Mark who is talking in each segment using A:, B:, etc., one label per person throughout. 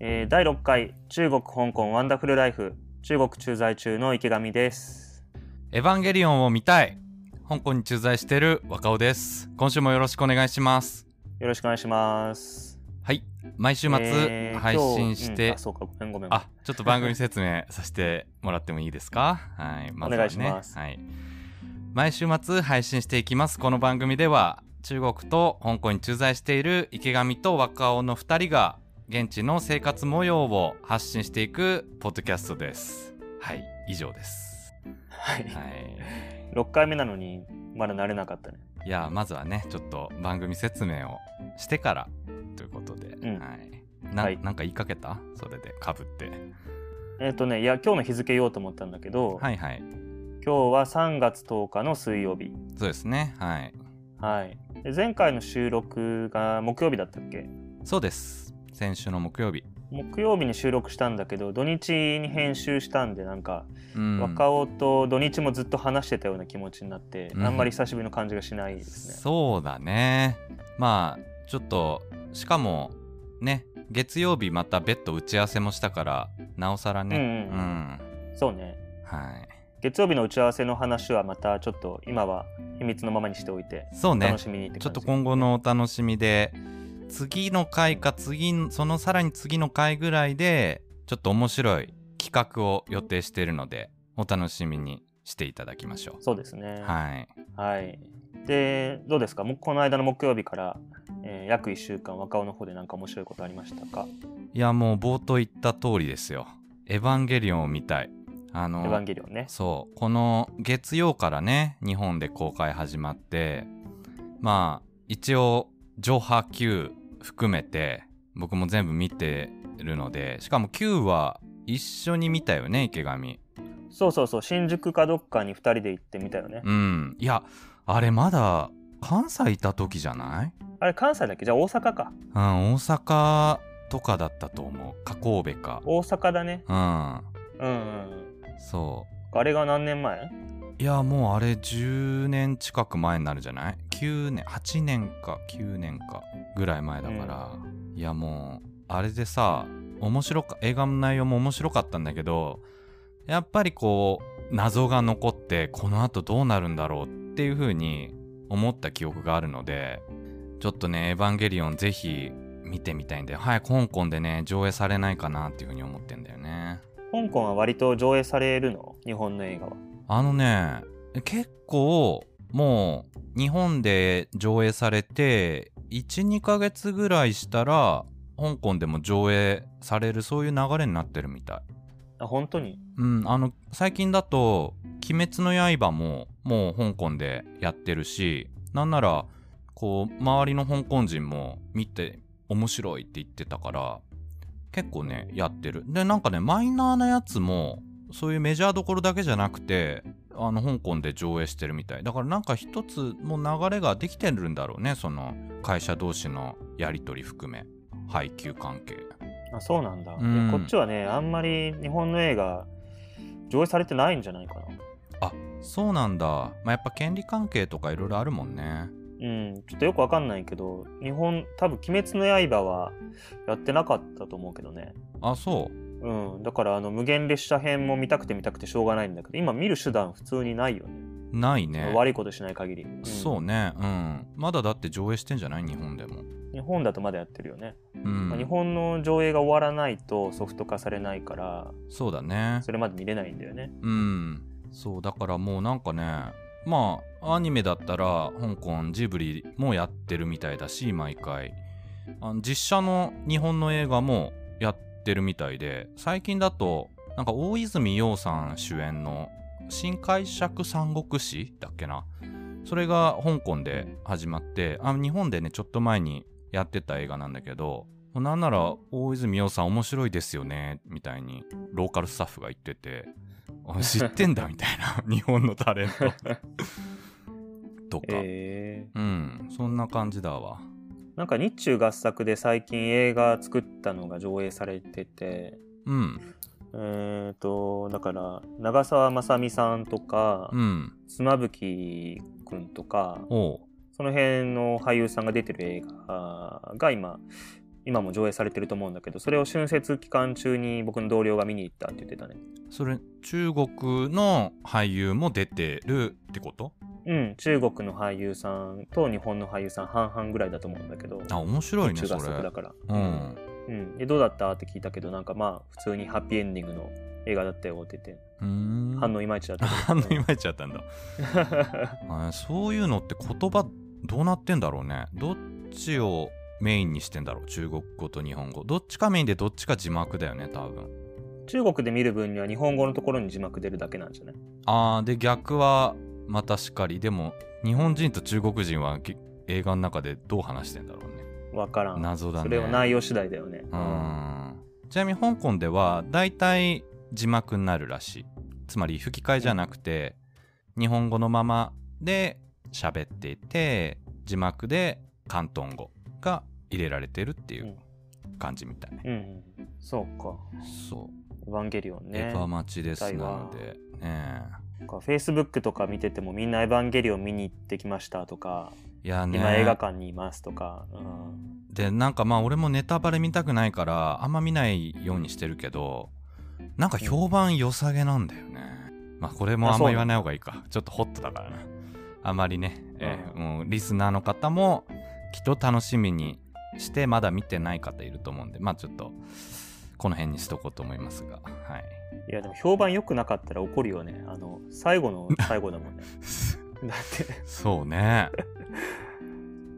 A: えー第6回中国香港ワンダフルライフ中国駐在中の池上です
B: エヴァンゲリオンを見たい香港に駐在している若尾です今週もよろしくお願いします
A: よろしくお願いします
B: はい毎週末
A: えー
B: 配信
A: 今
B: し
A: 日うん
B: て、
A: あそうかごめんごめん
B: あちょっと番組説明させてもらってもいいですかはいまずは、ね、
A: お願いします
B: はい、毎週末配信していきますこの番組では中国と香港に駐在している池上と若尾の2人が現地の生活模様を発信していくポッドキャストですはい以上です
A: はい、
B: はい
A: 6回目なのにまだ慣れなかったね
B: いやまずはねちょっと番組説明をしてからということで、
A: ん
B: はいな
A: はい
B: なんか言いかけたそれでかぶって
A: えっ、とねいや今日の日付言おうと思ったんだけど、
B: はいはい
A: 今日は3月10日の水曜日
B: そうですねはい
A: はいで前回の収録が木曜日だったっけ
B: そうです先週の木曜日
A: 木曜日に収録したんだけど土日に編集したんでなんか
B: うん
A: 若尾と土日もずっと話してたような気持ちになって、
B: うん
A: あんまり久しぶりの感じがしないですね。
B: そうだねまあちょっとしかもね月曜日また別途打ち合わせもしたからなおさらね
A: うんうんうそうね
B: うんはい
A: 月曜日の打ち合わせの話はまたちょっと今は秘密のままにしておいて、
B: そうね
A: 楽しみにって
B: ちょ
A: 感
B: っと
A: じ
B: 今後のお楽しみで次の回か次のそのさらに次の回ぐらいでちょっと面白い企画を予定しているのでお楽しみにしていただきましょ
A: そうです
B: う。
A: ね
B: はい、
A: はい、でどうですかもうこの間の木曜日から、えー約1週間若尾の方で何か面白いことありましたか
B: いやもう冒頭言った通りですよ。エヴァンゲリオンを見たい。あ
A: 「エ
B: の
A: ヴァンゲリオンね」
B: そうこの月曜からね日本で公開始まってまあ一応上波9含めて僕も全部見てるのでしかも9は一緒に見たよね池上
A: そうそうそう新宿かどっかに2人で行ってみたよね、
B: うんいやあれまだ関西いた時じゃない
A: あれ関西だっけじゃあ大阪か
B: うん大阪とかだったと思うか神戸か
A: 大阪だね
B: う
A: うんうん
B: んそ
A: あれが何年前
B: ういやもうあれ10年近く前になるじゃない9年8年か9年かぐらい前だから、いやもうあれでさ面白か映画の内容も面白かったんだけどやっぱりこう謎が残ってこのあとどうなるんだろうっていう風に思った記憶があるのでちょっとね「エヴァンゲリオン」ぜひ見てみたいんだよ早く香港でね上映されないかなっていう風に思ってんだよね
A: 香港は割と上映されるの日本の映画は
B: あのね結構もう日本で上映されて12ヶ月ぐらいしたら香港でも上映されるそういう流れになってるみたい。
A: あ本当に
B: うん、あの最近だと「鬼滅の刃」ももう香港でやってるしなんならこう周りの香港人も見て面白いって言ってたから結構ねやってるでなんかねマイナーなやつもそういうメジャーどころだけじゃなくてあの香港で上映してるみたいだからなんか一つもう流れができてるんだろうねその会社同士のやり取り含め配給関係
A: あそうなんだ、
B: うん
A: いやこっちはねあんまり日本の映画上映されてないんじゃないかな
B: そうなんだまあやっぱ権利関係とかいろいろあるもんね
A: うんちょっとよくわかんないけど日本多分「鬼滅の刃」はやってなかったと思うけどね
B: あそう
A: うんだからあの無限列車編も見たくて見たくてしょうがないんだけど今見る手段普通にないよね
B: ないね
A: 悪いことしない限り、うん
B: そうねうんまだだって上映してんじゃない日本でも
A: 日本だとまだやってるよね、
B: うん、
A: まあ日本の上映が終わらないとソフト化されないから
B: そうだね
A: それまで見れないんだよね
B: うんそうだからもうなんかねまあアニメだったら香港ジブリもやってるみたいだし毎回あの実写の日本の映画もやってるみたいで最近だとなんか大泉洋さん主演の「新解釈三国志」だっけなそれが香港で始まってあ日本でねちょっと前にやってた映画なんだけどもうなんなら大泉洋さん面白いですよねみたいにローカルスタッフが言っててあ知ってんだみたいな日本のタレントとか、
A: えー
B: うんそんな感じだわ
A: なんか日中合作で最近映画作ったのが上映されてて、
B: うん
A: えっ、と、だから、長澤まさみさんとか、
B: うん
A: 妻夫木くんとか、
B: おう
A: その辺の俳優さんが出てる映画が今、今も上映されてると思うんだけどそれを春節期間中に僕の同僚が見に行ったって言ってたね
B: それ中国の俳優も出てるってこと
A: うん中国の俳優さんと日本の俳優さん半々ぐらいだと思うんだけど
B: あ面白いね
A: 中
B: そ
A: 合作
B: れ
A: だから
B: うん
A: うん、でどうだったって聞いたけどなんかまあ普通にハッピーエンディングの映画だったよって言って、
B: うーん
A: 反応いまいちだった
B: 反応いま
A: い
B: いち だったんだあーそういうのって言葉どうなってんだろうねどっちをメインにしてんだろう中国語と日本語どっちかメインでどっちか字幕だよね多分
A: 中国で見る分には日本語のところに字幕出るだけなんじゃない
B: あーで逆はまたしかりでも日本人と中国人はき映画の中でどう話してんだろうね
A: わからん
B: 謎だね
A: それは内容次第だよね
B: う、ーんちなみに香港では大体字幕になるらしいつまり吹き替えじゃなくて日本語のままで喋っていて字幕で広東語が入れられてるっていう感じみたいね、
A: うんうんそうか
B: そ
A: 「
B: う
A: エヴァンゲリオンね」
B: エヴァ待ちですな
A: 見たいわ
B: のでね
A: フェイスブックとか見ててもみんな「エヴァンゲリオン見に行ってきました」とか、
B: えいやね
A: 今映画館にいます」とか、うん
B: でなんかまあ俺もネタバレ見たくないからあんま見ないようにしてるけどなんか評判良さげなんだよね、まあこれもあんま言わない方がいいかちょっとホットだからなあまりね、えー
A: う
B: もうリスナーの方もきっと楽しみにしてまだ見てない方いると思うんでまあちょっとこの辺にしとこうと思いますがはい
A: いやでも評判良くなかったら怒るよねあの最後の最後だ もんねだって
B: そうね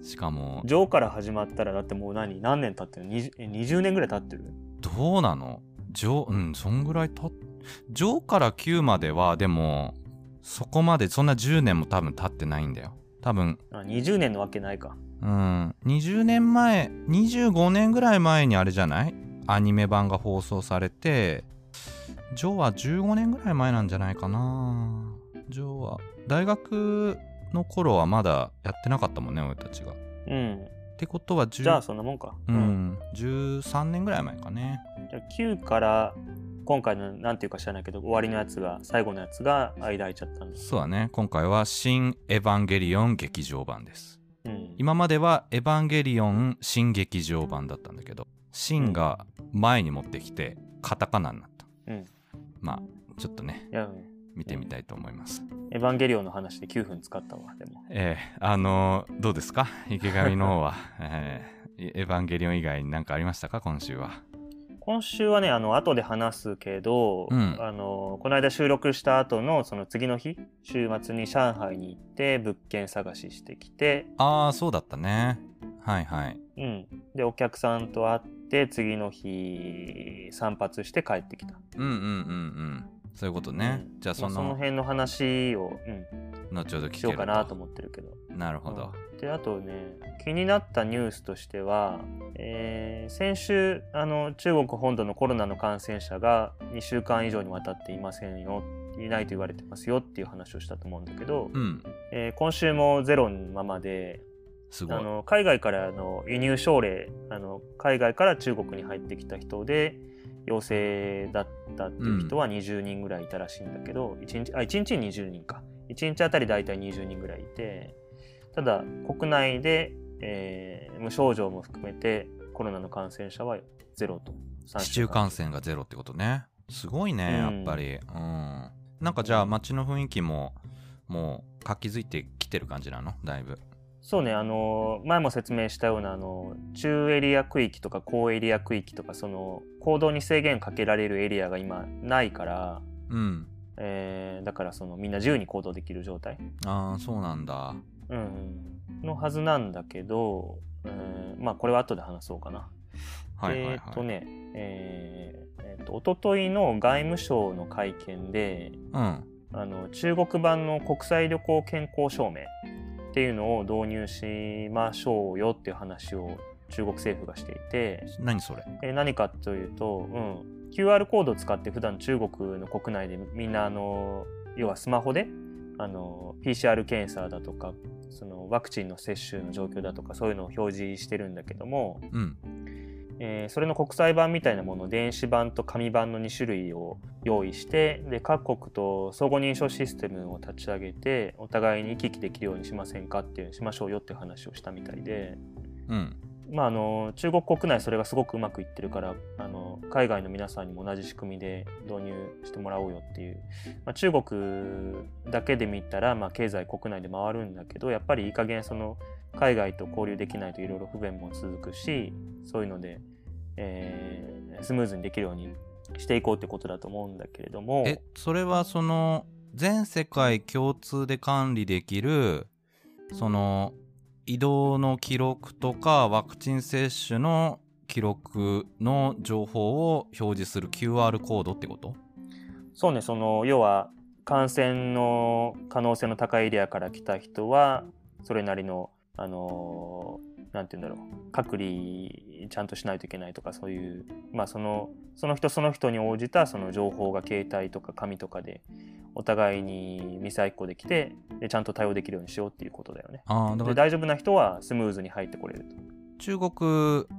B: しかも
A: ジョーから始まったらだってもう何何年経ってるの 20, え20年ぐらい経ってる
B: どうなのジョーうんそんぐらいたっジョーから9まではでもそこまでそんな10年も多分経ってないんだよ多分
A: あ20年のわけないか
B: うん20年前25年ぐらい前にあれじゃないアニメ版が放送されてジョーは15年ぐらい前なんじゃないかなジョーは大学の頃はまだやってなかったもんね俺たちがっ
A: うん
B: てことは10
A: じゃあそんなもんか
B: う、ん、13年ぐらい前かね
A: じゃあ9から今回のなんていうか知らないけど終わりのやつが最後のやつが間空いちゃったんです、
B: そうだね今回は「新エヴァンゲリオン劇場版」です
A: うん、
B: 今までは「エヴァンゲリオン新劇場版」だったんだけど「新」が前に持ってきてカタカナになった、
A: うん
B: まあちょっとね
A: いやうん
B: 見てみたいと思います、
A: エヴァンゲリオンの話で9分使ったわでも
B: ええあのーどうですか池上 の方は、ええエヴァンゲリオン」以外に何かありましたか今週は
A: 今週はねあの後で話すけど、
B: うん
A: あのこの間収録した後のその次の日週末に上海に行って物件探ししてきて
B: ああそうだったねはいはい
A: うん、でお客さんと会って次の日散髪して帰ってきた、
B: うんうんうんうんそういうことね、
A: うん
B: じゃあ
A: ま
B: そ
A: あその
B: の
A: 辺の話を、うん、
B: 後ほど聞ける
A: しようかなと思ってるけど
B: なるほど、
A: であとね気になったニュースとしては、えー先週あの中国本土のコロナの感染者が2週間以上にわたっていませんよいないと言われてますよっていう話をしたと思うんだけど、
B: うん
A: えー今週もゼロのままです
B: ごい
A: あの海外からの輸入症例あの海外から中国に入ってきた人で陽性だったっていう人は20人ぐらいいたらしいんだけど、一日あ1日に20人か1日あたり大体20人ぐらいいてただ国内で、えー無症状も含めてコロナの感染者はゼロと3
B: 市中感染がゼロってことねすごいねや
A: うん
B: っぱりうんなんかじゃあ街の雰囲気ももう活気づいてきてる感じなのだいぶ
A: そうねあの前も説明したようなあの中エリア区域とか高エリア区域とかその行動に制限かけられるエリアが今ないから。
B: うん
A: えーだからそのみんな自由に行動できる状態、
B: ああそうなんだ
A: うんうんのはずなんだけど、えーまあこれは後で話そうかな。
B: はいはい
A: えーっ
B: は
A: と
B: い、
A: ね、えーえーっと一昨日の外務省の会見で
B: うん
A: あの中国版の国際旅行健康証明っていうのを導入しましょうよっていう話を中国政府がしていて、
B: 何それ
A: えー何かというと、うん、QR コードを使って普段中国の国内でみんなあの要はスマホであの PCR 検査だとかそのワクチンの接種の状況だとかそういうのを表示してるんだけども、
B: うん
A: えーそれの国際版みたいなものを電子版と紙版の2種類を用意してで各国と相互認証システムを立ち上げてお互いに行き来できるようにしませんかっていうしましょうよって話をしたみたいで。
B: うん
A: まあ、あの中国国内それがすごくうまくいってるからあの海外の皆さんにも同じ仕組みで導入してもらおうよっていう、まあ、中国だけで見たら、まあ、経済国内で回るんだけどやっぱりいい加減その海外と交流できないといろいろ不便も続くしそういうので、えースムーズにできるようにしていこうってことだと思うんだけれども
B: えそれはその全世界共通で管理できるその移動の記録とかワクチン接種の記録の情報を表示する QR コードってこと
A: そうねその要は感染の可能性の高いエリアから来た人はそれなりのあのーなんて言うんだろう隔離ちゃんとしないといけないとかそういうまあそのその人その人に応じたその情報が携帯とか紙とかでお互いにミサイ1個できてでちゃんと対応できるようにしようっていうことだよね。
B: ああだか
A: で
B: ら
A: 大丈夫な人はスムーズに入ってこれると。
B: 中国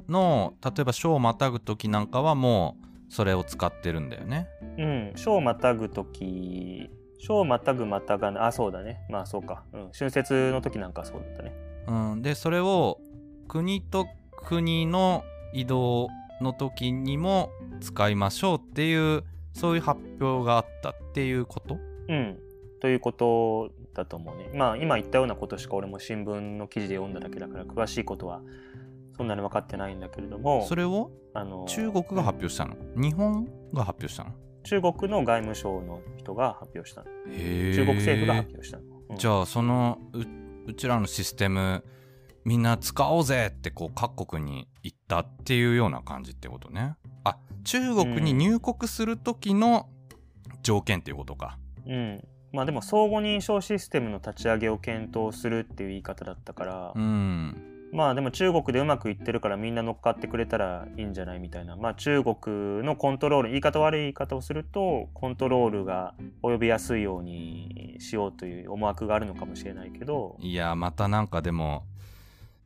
B: の例えば賞をまたぐ時なんかはもうそれを使ってるんだよね。
A: うん、章をまたぐとき、章をまたぐまたがな、あ、そうだね。まあそうか。うん、春節の時なんかはそうだったね。
B: うん、でそれを国と国の移動の時にも使いましょうっていうそういう発表があったっていうこと
A: うん。ということだと思うね。まあ今言ったようなことしか俺も新聞の記事で読んだだけだから、詳しいことはそんなに分かってないんだけれども、
B: それを
A: あの
B: 中国が発表したの日本が発表したの
A: 中国の外務省の人が発表したの。
B: へえ
A: 中国政府が発表したの。うん
B: じゃあそのううちらのシステムみんな使おうぜってこう各国に行ったっていうような感じってことねあ中国に入国する時の条件っていうことか、
A: うん。まあでも相互認証システムの立ち上げを検討するっていう言い方だったから、
B: うん、
A: まあでも中国でうまくいってるからみんな乗っかってくれたらいいんじゃないみたいな、まあ、中国のコントロール言い方悪い言い方をするとコントロールが及びやすいようにしようという思惑があるのかもしれないけど
B: いやまたなんかでも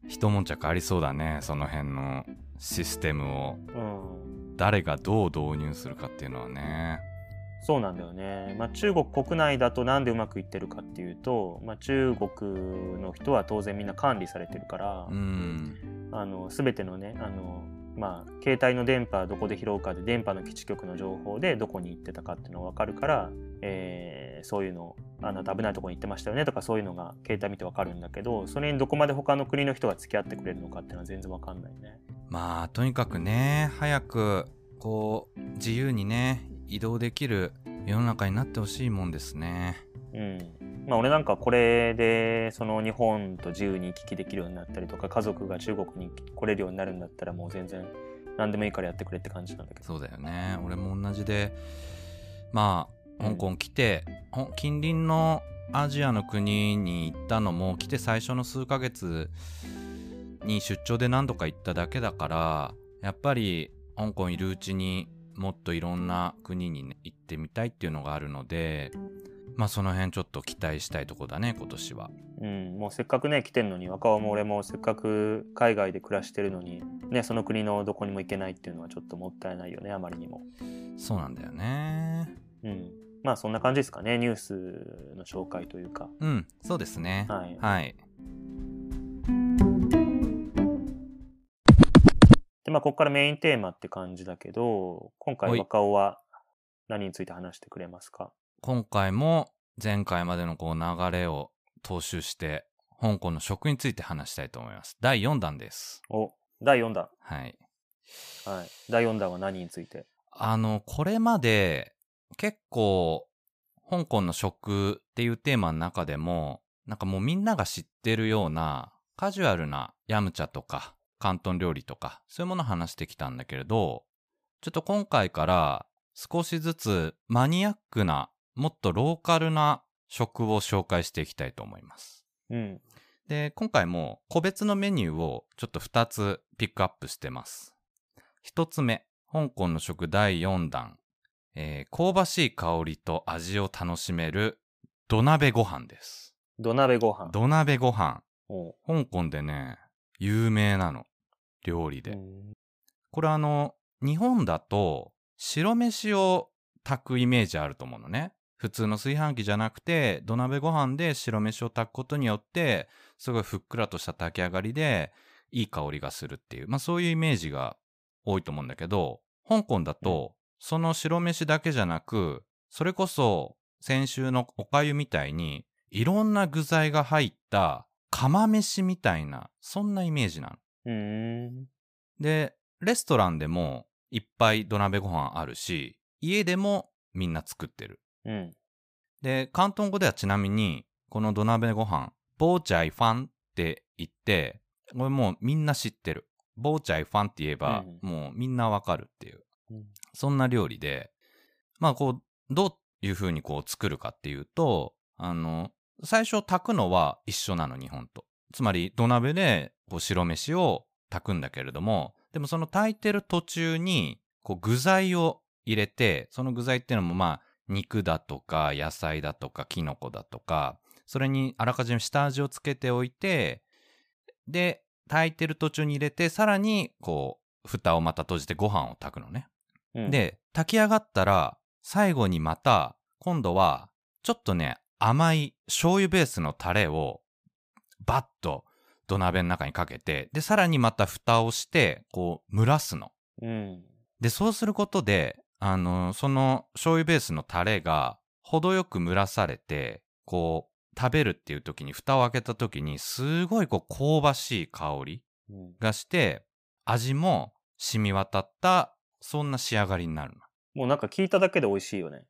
B: 一悶着ありそうだねその辺のシステムを
A: うん
B: 誰がどう導入するかっていうのはね
A: そうなんだよね、まあ、中国国内だとなんでうまくいってるかっていうと、まあ、中国の人は当然みんな管理されてるから、
B: うん
A: あの全てのねあのまあ、携帯の電波どこで拾うかで電波の基地局の情報でどこに行ってたかっていうのが分かるから、えーそういうのあなた危ないとこに行ってましたよねとかそういうのが携帯見て分かるんだけどそれにどこまで他の国の人が付き合ってくれるのかっていうのは全然分かんないね。
B: まあとにかくね早くこう自由にね移動できる世の中になってほしいもんですね
A: うんまあ、俺なんかこれでその日本と自由に行き来できるようになったりとか家族が中国に来れるようになるんだったらもう全然何でもいいからやってくれって感じなんだけど。
B: そうだよね俺も同じでまあ香港来て、ほん近隣のアジアの国に行ったのも来て最初の数ヶ月に出張で何度か行っただけだからやっぱり香港いるうちにもっといろんな国に、ね、行ってみたいっていうのがあるのでまあその辺ちょっと期待したいとこだね今年は。
A: うん、もうせっかくね来てんのに若尾も俺もせっかく海外で暮らしてるのに、ね、その国のどこにも行けないっていうのはちょっともったいないよねあまりにも、
B: そうなんだよね。
A: うん、まあそんな感じですかねニュースの紹介というか
B: うん、そうですね。
A: はい
B: はい。
A: で、まあ、ここからメインテーマって感じだけど今
B: は
A: 回
B: い
A: 若尾は何について話してくれますか
B: 今回も前回までのこう流れを踏襲して、香港の食について話したいと思います。第4弾です。
A: お第4弾、
B: はい。
A: はい、第4弾は何について
B: あの、これまで結構、香港の食っていうテーマの中でも、なんかもうみんなが知ってるようなカジュアルなヤムチャとか広東料理とかそういうものを話してきたんだけれど、ちょっと今回から少しずつマニアックな、もっとローカルな食を紹介していきたいと思います。
A: うん
B: で、今回も個別のメニューをちょっと2つピックアップしてます。1つ目、香港の食第4弾、えー香ばしい香りと味を楽しめる土鍋ご飯です。
A: 土鍋ご飯
B: 土鍋ご飯、
A: おう
B: 香港でね、有名なの。料理
A: う
B: で。
A: ん
B: これあの、日本だと白飯を炊くイメージあると思うのね。普通の炊飯器じゃなくて土鍋ご飯で白飯を炊くことによってすごいふっくらとした炊き上がりでいい香りがするっていう、まあ、そういうイメージが多いと思うんだけど香港だとその白飯だけじゃなくそれこそ先週のおかゆみたいにいろんな具材が入った釜飯みたいなそんなイメージなの。
A: うーん。
B: でレストランでもいっぱい土鍋ご飯あるし家でもみんな作ってる。
A: うん。
B: で、広東語ではちなみに、この土鍋ご飯、ボーチャイファンって言って、これもうみんな知ってる。ボーチャイファンって言えば、
A: うん
B: もうみんなわかるっていう、
A: うん
B: そんな料理で、まあこう、どういう風にこう作るかっていうと、あの、最初炊くのは一緒なの、日本と。つまり土鍋でこう白飯を炊くんだけれども、でもその炊いてる途中に、こう具材を入れて、その具材っていうのもまあ、肉だとか野菜だとかキノコだとか、それにあらかじめ下味をつけておいて、で、炊いてる途中に入れて、さらに、こう、蓋をまた閉じてご飯を炊くのね。
A: うん、
B: で、炊き上がったら、最後にまた、今度は、ちょっとね、甘い醤油ベースのタレを、バッと土鍋の中にかけて、で、さらにまた蓋をして、こう、蒸らすの。
A: うん。
B: で、そうすることで、あの、その醤油ベースのタレが程よく蒸らされて、こう、食べるっていう時に、蓋を開けた時に、すごいこう、香ばしい香り
A: うん
B: がして、味も染み渡った、そんな仕上がりになるの。
A: もうなんか聞いただけで美味しいよね。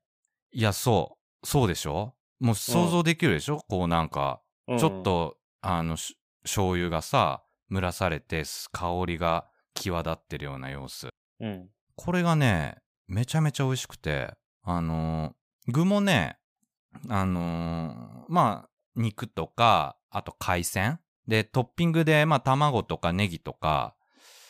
B: いや、そう。そうでしょもう想像できるでしょ、こうなんか、
A: うん
B: ちょっ。と、あの、し醤油がさ、蒸らされて、す香りが際立ってるような様子。
A: うん。
B: これがね、めちゃめちゃ美味しくて、あのー具もね、あのーまあ、肉とか、あと海鮮。で、トッピングで、まあ、卵とかネギとか、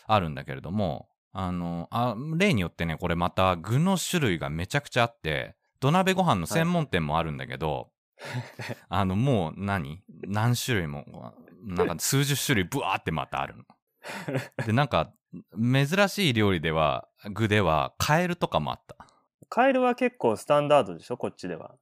B: あるんだけれども、あのーあ、例によってね、これまた具の種類がめちゃくちゃあって、土鍋ご飯の専門店もあるんだけど、あの、もう何何種類も、なんか数十種類ブワーってまたあるの。で、なんか、珍しい料理では具ではカエルとかもあった
A: カエルは結構スタンダードでしょ、こっちでは。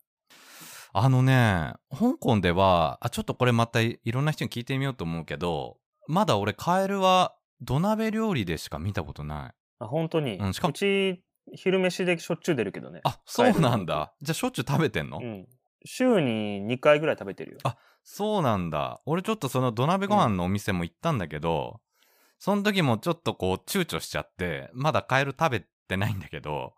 B: あのね香港ではあちょっとこれまたいいろんな人に聞いてみようと思うけどまだ俺カエルは土鍋料理でしか見たことない
A: あ、本当に。
B: うんしかも
A: うち、昼飯でしょっちゅう出るけどね。
B: あそうなんだじゃあしょっちゅう食べてんの、
A: うん。週に2回ぐらい食べてるよ。
B: そうなんだ俺ちょっとその土鍋ご飯のお店も行ったんだけど、その時もちょっとこう躊躇しちゃってまだカエル食べてないんだけど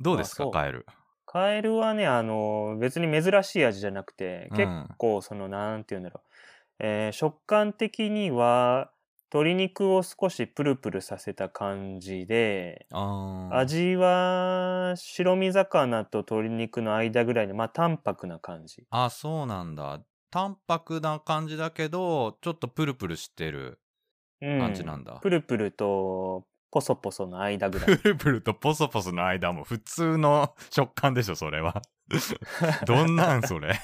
B: どうです
A: あそ
B: か
A: う
B: カエル
A: カエルはね、あの、別に珍しい味じゃなくて、
B: うん
A: 結構その、なんて言うんだろう。えー食感的には、鶏肉を少しプルプルさせた感じで、
B: あー
A: 味は白身魚と鶏肉の間ぐらいの、まあ、淡白な感じ。
B: あ、そうなんだ。淡白な感じだけど、ちょっとプルプルしてる
A: うん
B: 感じなんだ。
A: プルプルとポソポソの間ぐら い。
B: プルプルとポソポソの間も普通の 食感でしょ、それは。 どんなんそれ。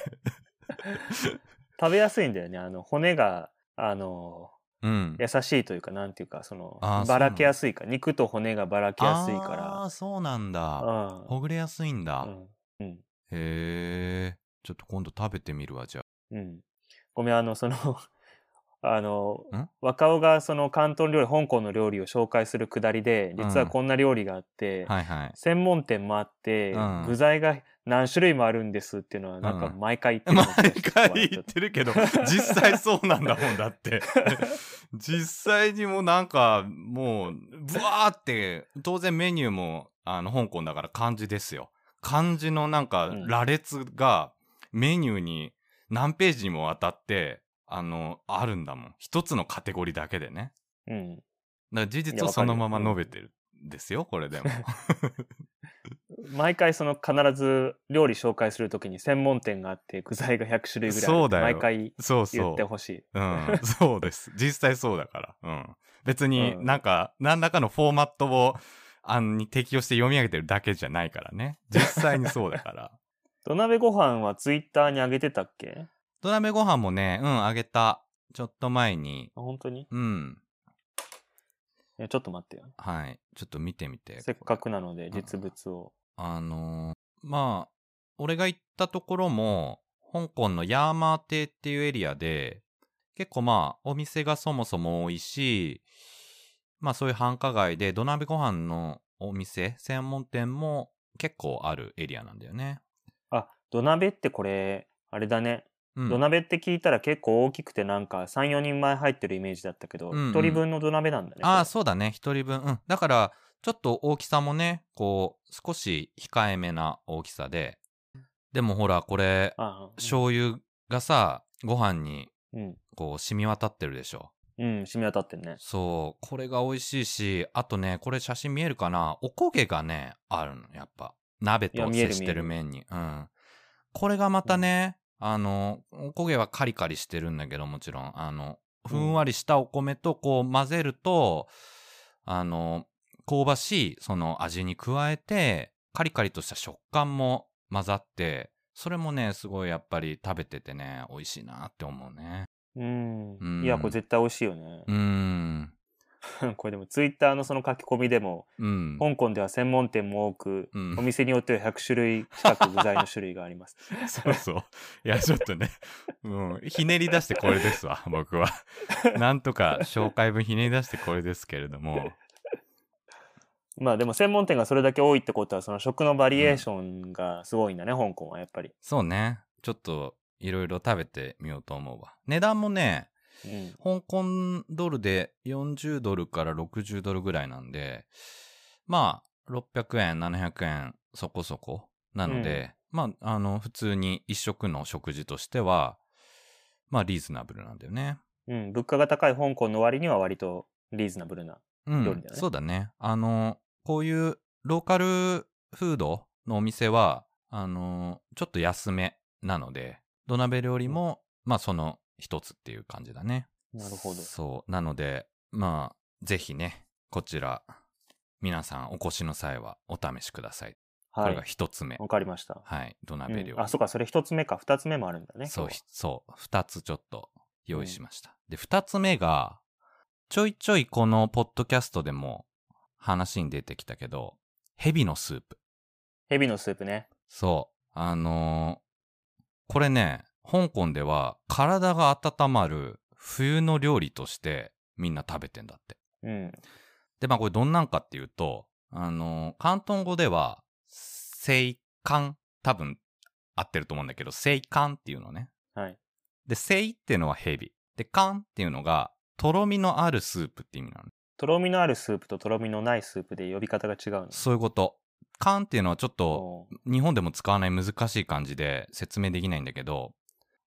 A: 食べやすいんだよね。あの、骨が、あの、
B: うん。
A: 優しいというか、なんていうか、その
B: あー、
A: ばらけやすいから、肉と骨がばらけやすいから。
B: ああ、そうなんだ。
A: う
B: ほぐれやすいんだ。
A: んうん。
B: へえ。ちょっと今度食べてみるわ、じゃあ。
A: うん。うん。ごめん、あの、 その、あの
B: ん、若
A: 若尾がその広東料理、香港の料理を紹介するくだりで、実
B: う
A: は
B: ん
A: こんな料理があって、
B: はいはい。
A: 専門店もあって、
B: うん
A: 具材が何種類もあるんですっていうのは、なんか
B: うん
A: 毎回言って
B: 毎
A: るのを聞
B: 回
A: いて笑
B: 言っ
A: っちゃ
B: てる けど、実際そうなんだもんだって。 実際にもうなんか、もう、ブワーって、当然メニューも、あの、香港だから漢字ですよ。漢字のなんか
A: う、ん
B: 羅列が、メニューに何ページにもわたって、あの、あるんだもん。一つのカテゴリーだけでね。
A: ったうん。
B: だから事
A: い
B: 実
A: やわ
B: を
A: か
B: そ
A: るよ
B: のまま述べてる。ですよ、こ れでも。
A: 毎回その必ず料理紹介するときに専門店があって具材が100種類ぐらいある
B: そうだよ
A: 毎回
B: そうそう。
A: 言ってほしい。
B: うん、 そうです。実際そうだから。うん。別に
A: うん
B: なんか、何らかのフォーマットを、あの、に適用して読み上げてるだけじゃないから ね。実際にそうだから。
A: 土鍋ご飯はツイッターに上げてたっけあ
B: 土鍋ご飯もね、うん、あげた。ちょっと前に。
A: 本当に
B: うん。
A: えちょっと待ってよ。
B: はい。ちょっと見てみて。
A: せっかくなので実物を。
B: あのーまあ、俺が行ったところも、香港のヤーマー亭っていうエリアで、結構まあお店がそもそも多いしまあそういう繁華街で土鍋ご飯のお店専門店も結構あるエリアなんだよね。
A: あ、土鍋ってこれ、あれだね。
B: うん、
A: 土鍋って聞いたら結構大きくてなんか3、4人前入ってるイメージだったけど、
B: うんうん
A: 1人分の土鍋なんだね。
B: ああそうだね一人分うんだからちょっと大きさもねこう少し控えめな大きさででもほらこれ
A: ああ
B: 醤油がさご飯に
A: うん。
B: こう染み渡ってるでしょ
A: うん、染み渡ってんね。
B: そうこれが美味しいしあとねこれ写真見えるかなおこげがねあるのやっぱ鍋
A: いや
B: と
A: 見える
B: 接し
A: 見え
B: て
A: る
B: る面にうんこれがまたね、あのおこげはカリカリしてるんだけどもちろんあの
A: ん
B: ふんわりしたお米とこう混ぜると、あの香ばしいその味に加えてカリカリとした食感も混ざってそれもねすごいやっぱり食べててね美味しいなって思うね
A: うん。
B: うん
A: いや、これ絶対美味しいよね
B: う。ん
A: これでもツイッターのその書き込みでも、
B: うん
A: 香港では専門店も多く、
B: うん
A: お店によっては100種類近く具材の種類があり ます。
B: そうそう。いや、ちょっとね、うん、ひねり出してこれですわ、僕は。なんとか紹介文ひねり出してこれですけれども。
A: まあでも専門店がそれだけ多いってことは、その食のバリエーションがすごいんだね、香港はやっぱり。
B: そうね、ちょっといろいろ食べてみようと思うわ。値段もね、
A: うん。
B: 香港ドルで40ドルから60ドルぐらいなんで、まあ、600円、700円、そこそこ。なので、まあ、あの、普通に一食の食事としては、まあ、リーズナブルなんだよね。
A: うん、物価が高い香港の割には割とリーズナブルな。
B: うん
A: 料理だよね
B: そうだね。あの、こういうローカルフードのお店は、あの、ちょっと安めなので、土鍋料理も、まあその一つっていう感じだね。
A: なるほど。
B: そう。なので、まあ、ぜひね、こちら、皆さんお越しの際はお試しください。こ
A: は
B: れが
A: い。
B: 一つ目。
A: わかりました。
B: はい。土鍋料理。
A: うんあ、そうか、それ一つ目か、二つ目もあるんだね。
B: そう
A: 今日、
B: そう、二つちょっと用意しました。で、二つ目が、ちょいちょいこのポッドキャストでも話に出てきたけど、ヘビのスープ。
A: ヘビのスープね。
B: そう。あのーこれね、香港では体が温まる冬の料理としてみんな食べてんだって。
A: うん。
B: で、まあこれどんなんかっていうと、あの、広東語では、青寒、多分合ってると思うんだけど、青寒っていうのね。
A: はい。
B: で、青っていうのは蛇。で、寒っていうのが、とろみのあるスープって意味なの。
A: とろみのあるスープととろみのないスープで呼び方が違うの。
B: そういうこと。寒っていうのはちょっと、
A: おー
B: 日本でも使わない難しい感じで説明できないんだけど、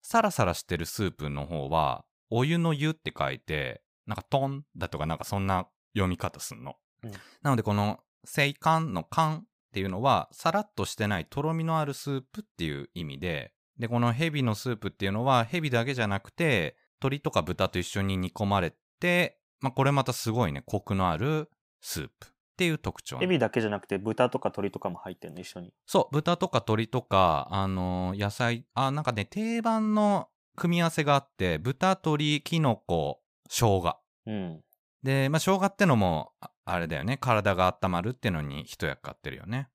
B: サラサラしてるスープの方は、お湯の湯って書いて、なんかトンだとかなんかそんな読み方すんの。
A: うん
B: なのでこの、青寒の寒っていうのは、さらっとしてないとろみのあるスープっていう意味で、で、このヘビのスープっていうのは、ヘビだけじゃなくて、鶏とか豚と一緒に煮込まれて、まあこれまたすごいね、コクのあるスープっていう特徴なの
A: ヘビだけじゃなくて、豚とか鶏とかも入ってるの、一緒に。
B: そう、豚とか鶏とか、あのー野菜、あ、なんかね、定番の組み合わせがあって、豚、鶏、キノコ、生姜。
A: うん。
B: で、まあ、生姜ってのも、ああれだよね、体が温まるってのに一役買ってるよね。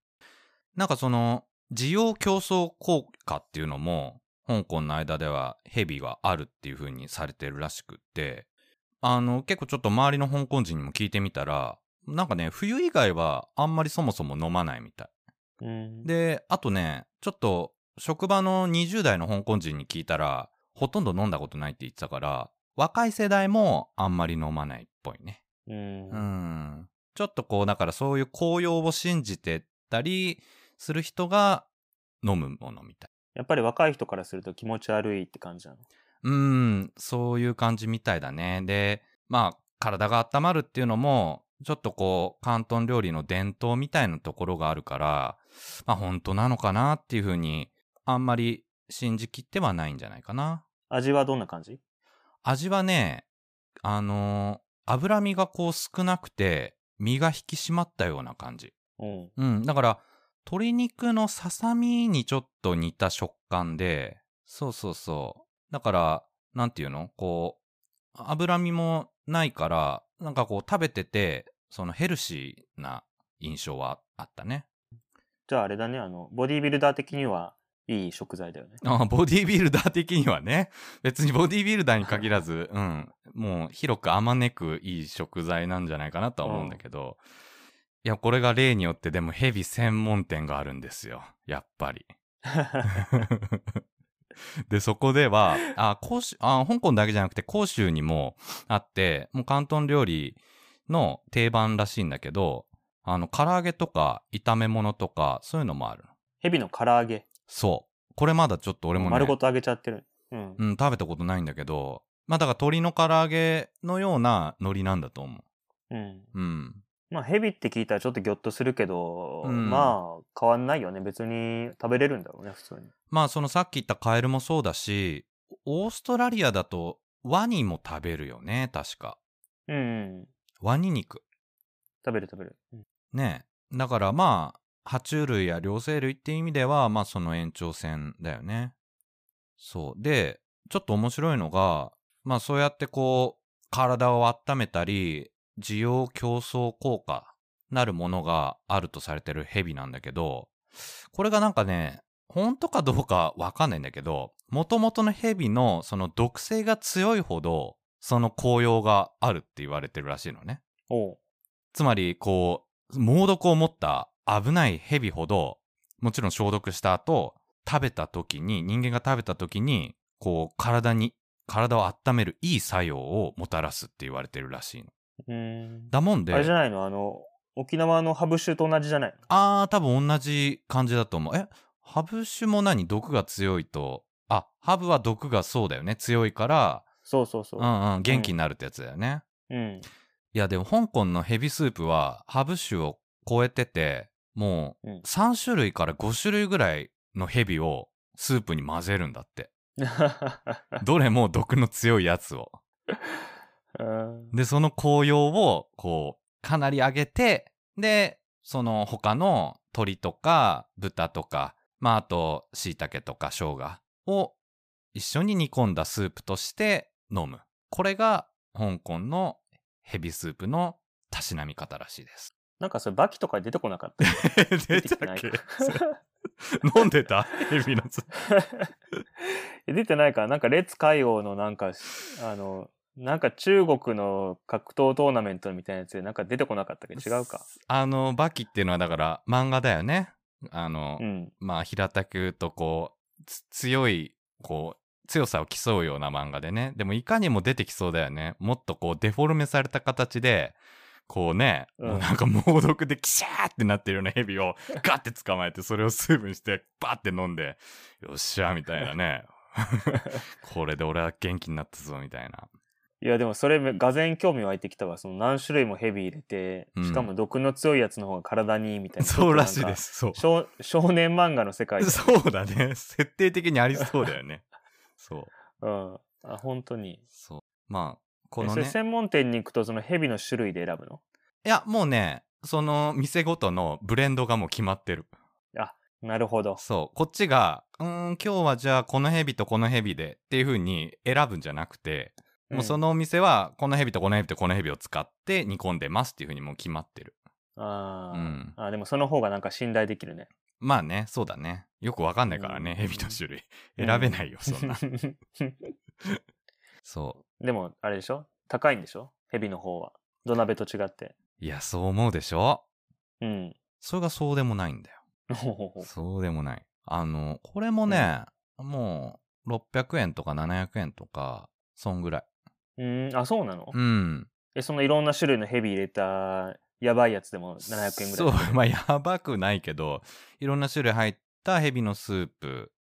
B: なんかその、需要競争効果っていうのも、香港の間ではヘビがあるっていう風にされてるらしくって、あの、結構ちょっと周りの香港人にも聞いてみたら、なんかね、冬以外はあんまりそもそも飲まないみたい。
A: うん。
B: で、あとね、ちょっと、職場の20代の香港人に聞いたら、ほとんど飲んだことないって言ってたから、若い世代もあんまり飲まないっぽいね。
A: うん
B: う。ん。ちょっとこう、だからそういう紅葉を信じてたりする人が飲むものみたい。
A: やっぱり若い人からすると気持ち悪いって感じなの。
B: うん、そういう感じみたいだね。で、まあ、体が温まるっていうのも、ちょっとこう、広東料理の伝統みたいなところがあるから、まあ本当なのかなっていうふうに、あんまり信じきってはないんじゃないかな。
A: 味はどんな感じ
B: 味はね、あのー脂身がこう少なくて、身が引き締まったような感じ。
A: うん。
B: うん、だから、鶏肉のささみにちょっと似た食感で、そうそうそう。だから、なんていうのこう、脂身もないから、なんかこう食べてて、そのヘルシーな印象はあったね。
A: じゃああれだね、あの、ボディービルダー的にはいい食材だよね。
B: ああボディービルダー的にはね別にボディービルダーに限らず、うん、もう広くあまねくいい食材なんじゃないかなとは思うんだけど、いやこれが例によってでもヘビ専門店があるんですよやっ ぱり。でそこではあ広州あ香港だけじゃなくて広州にもあってもう広東料理の定番らしいんだけどあの唐揚げとか炒め物とかそういうのもある
A: 蛇の唐揚げ。
B: そうこれまだちょっと俺もね
A: 丸ごと揚げちゃってる。うん。
B: うん、食べたことないんだけど、まあだから鶏の唐揚げのような海苔なんだと思
A: うん。
B: う。うん。
A: まあ、蛇って聞いたらちょっとギョッとするけど、
B: うん
A: まあ、変わんないよね。別に食べれるんだろうね、普通に。
B: まあそのさっき言ったカエルもそうだし、オーストラリアだとワニも食べるよね、確か。
A: うん、うん。
B: ワニ肉。
A: 食べる食べる。うん
B: ねえ。だからまあ、爬虫類や両生類って意味では、まあその延長線だよね。そう。で、ちょっと面白いのが、まあそうやってこう、体を温めたり、需要競争効果なるものがあるとされてるヘビなんだけど、これがなんかね、本当かどうかわかんないんだけど、元々のヘビのその毒性が強いほど、その効用があるって言われてるらしいのね。
A: おう。
B: つまり、こう、猛毒を持った危ない蛇ほど、もちろん消毒した後、食べた時に、人間が食べた時に、こう、体に、体を温めるいい作用をもたらすって言われてるらしいの。
A: うーん。
B: だもんで、
A: あれじゃないのあの、沖縄のハブ酒と同じじゃない
B: あー、多分同じ感じだと思う。え、ハブ酒も何毒が強いと、あ、ハブは毒がそうだよね。強いから、
A: そうそうそう
B: う。んうん、元気になるってやつだよね。
A: うん。
B: いや、でも香港のヘビスープは、ハブ酒を超えてて、もう、
A: うん。
B: 3種類から5種類ぐらいのヘビをスープに混ぜるん だってどれも毒の強いやつを
A: うん
B: でその紅葉をこうかなり上げてでその他の鳥とか豚とかまああと椎茸とか生姜を一緒に煮込んだスープとして飲むこれが香港のヘビスープのたしなみ方らしいです
A: なんかそれ、バキとか出てこなか った。
B: 出
A: てきて
B: たっ
A: ない
B: け飲んでたヘビのスープ
A: 出てないから、なんか、レッツ海王のなんか、あの、なんか中国の格闘トーナメントみたいなやつで、なんか出てこなかったっけ違うか。
B: あの、バキっていうのはだから漫画だよね。あの、
A: うん。
B: まあ、平たく言うとこう、つ強い、こう、強さを競うような漫画でね。でもいかにも出てきそうだよね。もっとこう、デフォルメされた形で、こうね、
A: うん
B: もうなんか猛毒でキシャーってなってるようなヘビをガッて捕まえて、それを水分して、バッて飲んで、よっしゃーみたい なね。これで俺は元気になったぞ、みたいな。
A: いやでもそれが然興味湧いてきたわその何種類もヘビ入れて、
B: うん
A: しかも毒の強いやつの方が体にいいみたいな
B: そうらしいですす。そう。
A: 少少年漫画の世界だ
B: そうだね。 設定的にありそうだよ ね。そう。
A: うんあ本当に
B: そう。まあ、こ
A: こ
B: のね。
A: 専門店に行くとそのヘビの種類で選ぶの
B: いや、もうね、その店ごとのブレンドがもう決まってる。
A: なるほど
B: そう。こっちが、うーん、今日はじゃあこのヘビとこのヘビでっていう風に選ぶんじゃなくて、もうそ
A: の、
B: のお店はこのヘビとこのヘビとこのヘビを使って煮込んでますっていう風にもう決まってる。
A: あー、
B: うん
A: あでもその方がなんか信頼できるね
B: まあね、そうだね。よくわかんないから
A: う
B: ね、
A: ん
B: ヘビの種類。選べないよ、そん な。そ う。
A: でもあれでしょ高いんでしょヘビの方は土鍋と違って
B: いや、そう思うでしょ
A: うん
B: それがそうでもないんだよ。
A: ほほ ほ
B: そうでもない。あの、これもね、もう、600円とか700円とか、そんぐらい。
A: うんあそうなの、
B: うん。
A: えそのいろんな種類のヘビ入れたやばいやつでも700円ぐらい
B: そう、ま あ、やばくないけど、いろんな種類入ったヘビのスープ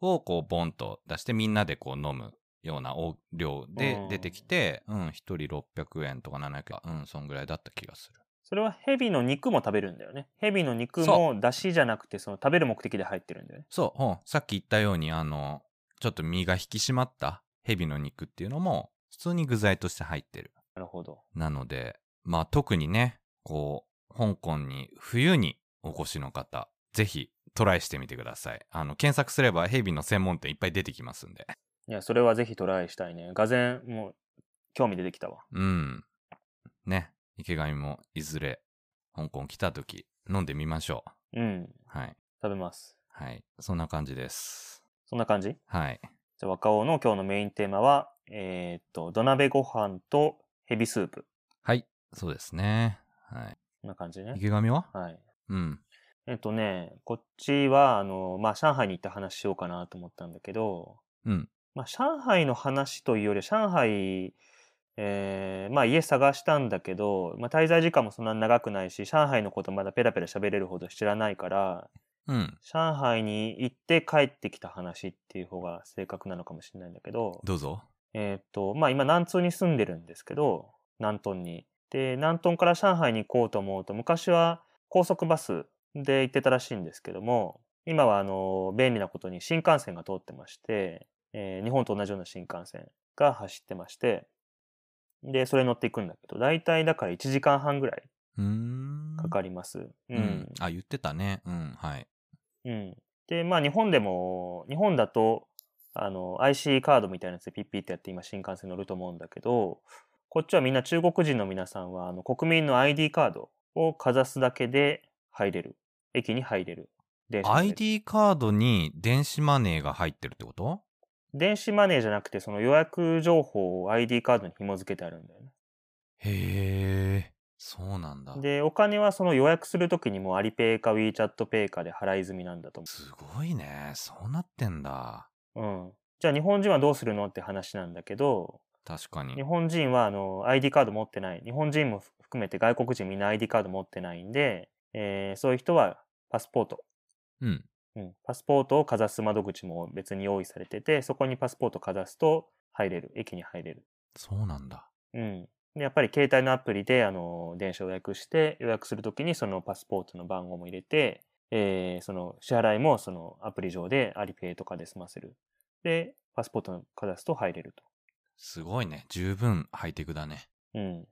B: を、こう、ボンと出して、みんなでこう、飲むようなお量
A: う
B: で
A: ん
B: 出てきて、うん、一人600円とか700円、うん、そんぐらいだった気がする。
A: それはヘビの肉も食べるんだよね。ヘビの肉も出汁じゃなくて、その食べる目的で入ってるんだよね。
B: そう、ほんさっき言ったように、あの、ちょっと身が引き締まったヘビの肉っていうのも、普通に具材として入ってる。
A: なるほど。
B: なので、まあ特にね、こう、香港に冬にお越しの方、ぜひトライしてみてください。あの、検索すればヘビの専門店いっぱい出てきますんで。
A: いや、それはぜひトライしたいね。がぜん、もう、興味出てきたわ。
B: うん。ね、池上もいずれ香港来た時飲んでみましょう。
A: うん。
B: はい。
A: 食べます。
B: はい。そんな感じです。
A: そんな感じ
B: はい。
A: じゃあ若尾の今日のメインテーマは、えーっと、土鍋ご飯とヘビスープ。
B: はい。そうですね。は
A: こんな感じ
B: い。
A: ね。
B: 池上は
A: はい。
B: うん。
A: えっとね、こっちは、あの、まあ、上海に行った話しようかなと思ったんだけど、
B: うん。
A: まあ、上海の話というより、上海、えーまあ、家探したんだけど、まあ、滞在時間もそんなに長くないし、上海のことまだペラペラ喋れるほど知らないから、
B: うん。
A: 上海に行って帰ってきた話っていう方が正確なのかもしれないんだけど、
B: どうぞ。
A: えーっと、まあ今南通に住んでるんですけど、南東に。で、南東から上海に行こうと思うと、昔は高速バスで行ってたらしいんですけども、今はあの、便利なことに新幹線が通ってまして、えー日本と同じような新幹線が走ってまして、で、それに乗っていくんだけど、だいたいだから1時間半ぐらいう
B: ーん。
A: かかります。
B: う
A: うんん。
B: あ、言ってたね。うん。はい。
A: うん。で、まあ日本でも、日本だと、あの、IC カードみたいなやつでピッピってやって今新幹線乗ると思うんだけど、こっちはみんな中国人の皆さんは、あの、国民の ID カードをかざすだけで入れる。駅に入れる。電子マネー
B: ID カードに電子マネーが入ってるってこと
A: 電子マネーじゃなくて、その予約情報を ID カードに紐付けてあるんだよね。
B: へえ。そうなんだ。
A: で、お金はその予約するときにもうアリペイか WeChat ペイかで払い済みなんだと思う。
B: すごいね。そうなってんだ。
A: うん。じゃあ日本人はどうするのって話なんだけど、
B: 確かに
A: 日。本人はあの ID カード持ってない日本人も含めて外国人みんな ID カード持ってないんで、えーそういう人はパスポート、
B: うん。
A: うん、パスポートをかざす窓口も別に用意されててそこにパスポートかざすと入れる駅に入れる、
B: そうなんだ。
A: うん、でやっぱり携帯のアプリであの電車を予約して予約するときにそのパスポートの番号も入れて、えーその支払いもそのアプリ上でアリペイとかで済ませるでパスポートかざすと入れると
B: すごいね。十分ハイテクだね。
A: うん。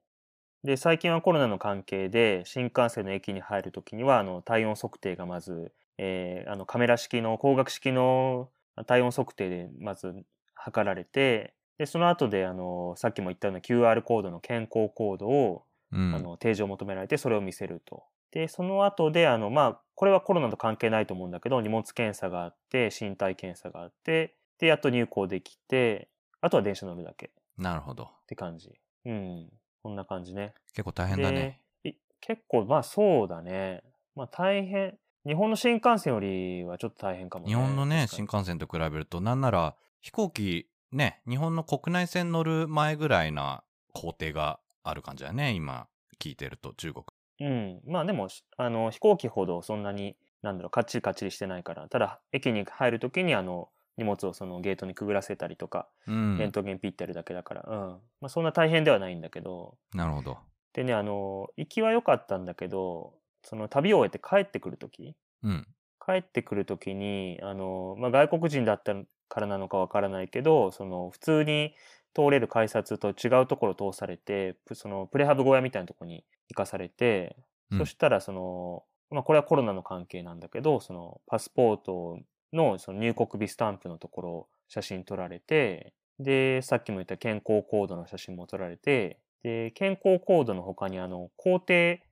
A: で、最近はコロナの関係で、新幹線の駅に入るときには、あの、体温測定がまず、えーあの、カメラ式の、光学式の体温測定で、まず測られて、で、その後で、あの、さっきも言ったような QR コードの健康コードを、
B: う
A: あ
B: ん。
A: の、提示を求められて、それを見せると。で、その後で、あの、まあ、これはコロナと関係ないと思うんだけど、荷物検査があって、身体検査があって、で、やっと入港できて、あとは電車乗るだけ。
B: なるほど。
A: って感じ。うん。こんな感じね。
B: 結構大変だね。
A: でい結構、まあそうだね。まあ大変。日本の新幹線よりはちょっと大変かもね。
B: 日本のね、新
A: 確か
B: 幹線と比べると、なんなら飛行機、ね、日本の国内線乗る前ぐらいな工程がある感じだね。今、聞いてると中国。
A: にうん。まあでも、しあの、飛行機ほどそんなに、なんだろう、カッチリカッチリしてないから。ただ、駅に入るときに、あの、荷物をそのゲートにくぐらせたりとか、
B: うん。
A: レントゲンピッてやるだけだから、うん。まあそんな大変ではないんだけど。
B: なるほど。
A: でね、あの、行きは良かったんだけど、その旅を終えて帰ってくるとき、
B: うん。
A: 帰ってくるときにあの、まあ、外国人だったからなのかわからないけどその普通に通れる改札と違うところを通されてプそのプレハブ小屋みたいなところに行かされて、
B: うん
A: そしたらその、まあ、これはコロナの関係なんだけどそのパスポートのその入国日スタンプのところを写真撮られてでさっきも言った健康コードの写真も撮られてで健康コードの他にあの肯定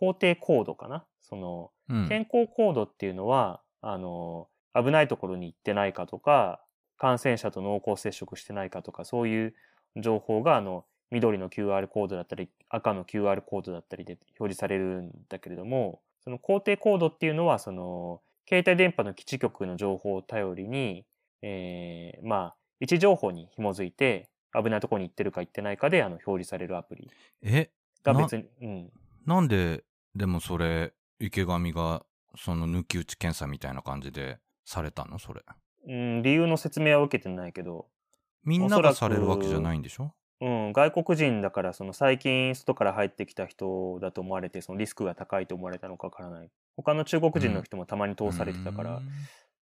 A: 肯定コードかなその
B: うん。
A: 健康コードっていうのは、あの、危ないところに行ってないかとか、感染者と濃厚接触してないかとか、そういう情報が、あの、緑の QR コードだったり、赤の QR コードだったりで表示されるんだけれども、その肯定コードっていうのは、その、携帯電波の基地局の情報を頼りに、えーまあ、位置情報に紐づいて、危ないところに行ってるか行ってないかで、あの、表示されるアプリ
B: え、
A: が別に、うん。
B: なんで、でもそれ、池上が、その抜き打ち検査みたいな感じでされたのそれ。
A: うん、理由の説明は受けてないけど、
B: みんな
A: おそら
B: が
A: く
B: されるわけじゃないんでしょ
A: うん、外国人だからその最近外から入ってきた人だと思われてそのリスクが高いと思われたのかわからない他の中国人の人もたまに通されてたか
B: う
A: ら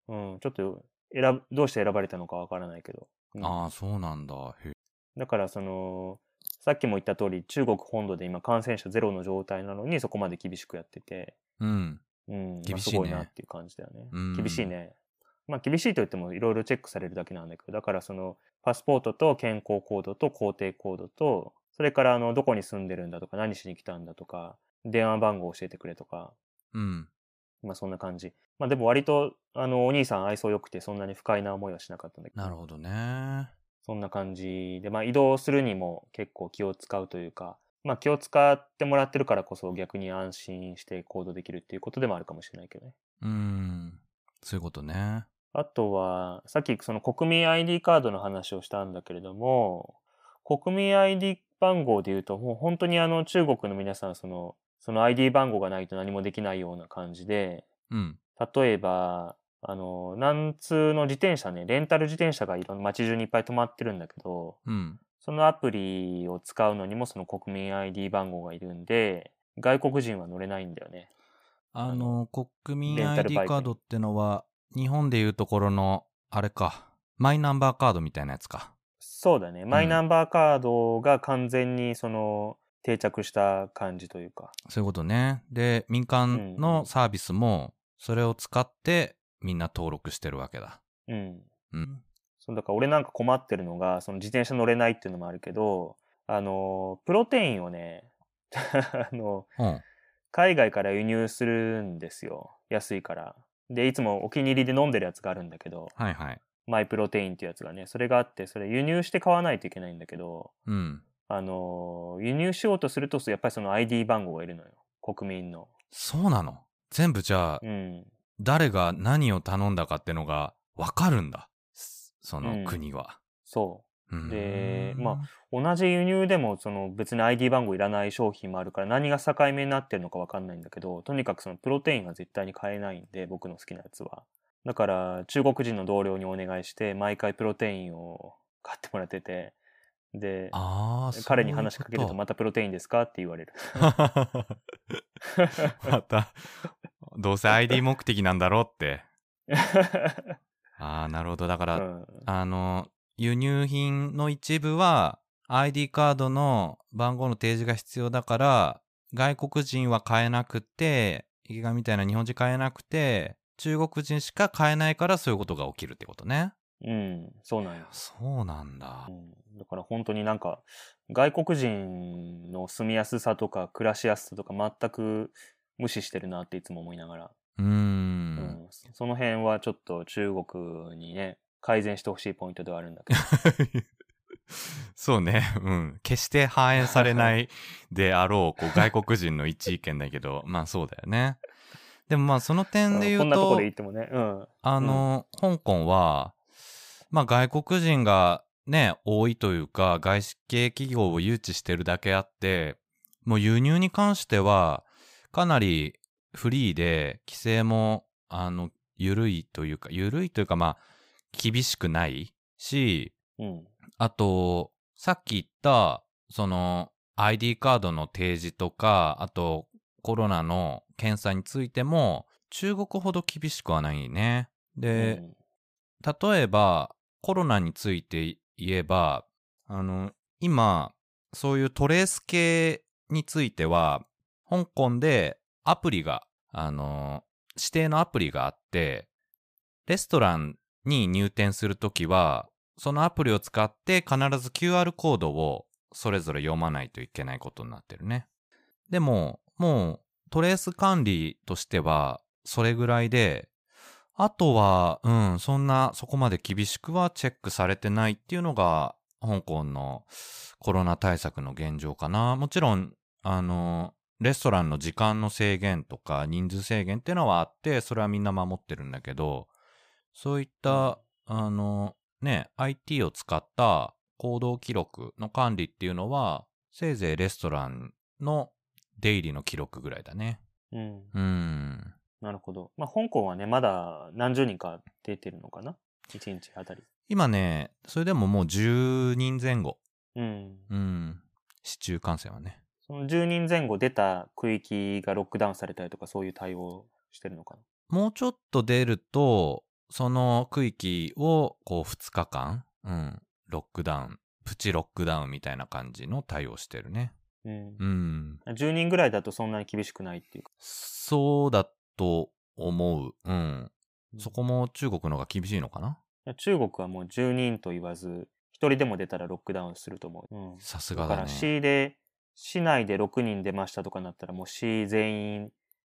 B: ー、ん
A: うんちょっと選ぶどうして選ばれたのかわからないけど、うん
B: ああ、そうなんだ。へえ
A: だからそのさっきも言った通り中国本土で今感染者ゼロの状態なのにそこまで厳しくやってて、
B: うん。
A: うんま
B: 厳
A: あ、
B: しい
A: す
B: ね
A: ごいなっていう感じだよね
B: うん
A: 厳しいねまあ厳しいと言ってもいろいろチェックされるだけなんだけどだからそのパスポートと健康コードと肯定コードとそれからあのどこに住んでるんだとか何しに来たんだとか電話番号教えてくれとか
B: うん。
A: まあそんな感じ。まあでも割と、あの、お兄さん愛想良くて、そんなに不快な思いはしなかったんだけど。
B: なるほどね。
A: そんな感じで、まあ移動するにも結構気を使うというか、まあ気を使ってもらってるからこそ逆に安心して行動できるっていうことでもあるかもしれないけどね。
B: うん。そういうことね。
A: あとは、さっきその国民 ID カードの話をしたんだけれども、国民 ID 番号で言うと、もう本当にあの中国の皆さん、その、その ID 番号がないと何もできないような感じで、
B: うん。
A: 例えば、あの、南通の自転車ね、レンタル自転車がいろんな街中にいっぱい止まってるんだけど、
B: うん。
A: そのアプリを使うのにもその国民 ID 番号がいるんで、外国人は乗れないんだよね。
B: あの、国
A: レ
B: 民
A: ンタル
B: ID
A: バイク
B: カードってのは、日本でいうところの、あれか、マイナンバーカードみたいなやつか。
A: そうだね。マイナンバーカードが完全にその定着した感じというか。
B: そういうことね。で、民間のサービスも、それを使って、みんな登録してるわけだ。
A: うん。
B: うん。
A: そうだから俺なんか困ってるのが、その自転車乗れないっていうのもあるけど、あの、プロテインをね、 あの、
B: うん。
A: 海外から輸入するんですよ。安いから。で、いつもお気に入りで飲んでるやつがあるんだけど、
B: はいはい。
A: マイプロテインっていうやつがね、それがあって、それ輸入して買わないといけないんだけど、
B: うん。
A: あの、輸入しようとすると、やっぱりその ID 番号がいるのよ。国民の。
B: そうなの。全部じゃあ、
A: うん。
B: 誰が何を頼んだかってのがわかるんだ。すそ
A: うん
B: の国は。
A: そう
B: ーん
A: でまう。同じ輸入でも、その別に ID 番号いらない商品もあるから、何が境目になってるのかわかんないんだけど、とにかくそのプロテインは絶対に買えないんで、僕の好きなやつは。だから、中国人の同僚にお願いして、毎回プロテインを買ってもらってて、で、
B: ああ、
A: 彼に話しかけると、ま
B: ま
A: たプロテインですかって言わ れる。
B: た。 また、どうせ ID 目的なんだろうって。ああ、なるほど。だから、
A: うん
B: あの、輸入品の一部は ID カードの番号の提示が必要だから、外国人は買えなくて、池上みたいな日本人買えなくて、中国人しか買えないからそういうことが起きるってことね。
A: うん、そうなんよ。
B: そうなんだ
A: う。ん、だから本当になんか外国人の住みやすさとか暮らしやすさとか全く無視してるなっていつも思いながら、
B: うー
A: うん
B: ん。
A: その辺はちょっと中国にね改善してほしいポイントではあるんだけど
B: そうね。うん。決して反映され ないであろう、こう、外国人の一意見だけど、まあそうだよね。でもまあ その点で言う
A: こ
B: と、
A: んなとこで行ってもねうん
B: あの、香港は、まあ外国人がね、多いというか、外資系企業を誘致してるだけあって、もう輸入に関しては、かなりフリーで、規制も、あの、緩いというか、緩いというか、まあ、厳しくないし、
A: うん
B: あと、さっき言った、その、ID カードの提示とか、あと、コロナの検査についても、中国ほど厳しくはないね。で、
A: うん
B: 例えばコロナについて言えばあの今そういうトレース系については香港でアプリがあの指定のアプリがあってレストランに入店するときはそのアプリを使って必ず QR コードをそれぞれ読まないといけないことになってるね。でも、もうトレース管理としてはそれぐらいで、あとは、うん、そんな、そこまで厳しくはチェックされてないっていうのが、香港のコロナ対策の現状かな。もちろん、あの、レストランの時間の制限とか人数制限っていうのはあって、それはみんな守ってるんだけど、そういった、あの、ね、IT を使った行動記録の管理っていうのは、せいぜいレストランの出入りの記録ぐらいだね。
A: うん、
B: うん。
A: なるほどまあ香港はねまだ何十人か出てるのかな一日あたり
B: 今ね、それでももう10人前後。
A: うん
B: うん。市中感染はね。
A: その10人前後出た区域がロックダウンされたりとかそういう対応をしてるのかな
B: もうちょっと出ると、その区域をこう2日間、うん、ロックダウン、プチロックダウンみたいな感じの対応してるね。
A: うん
B: うん。
A: 10人ぐらいだとそんなに厳しくないっていうか。
B: そうだと思う。うん。そこも中国の方が厳しいのかない
A: や中国はもう10人と言わず、1人でも出たらロックダウンすると思う。うん、
B: さす
A: だ
B: が
A: か
B: だ
A: ら
B: ね。
A: 市で、市内で6人出ましたとかなったらもう市全員、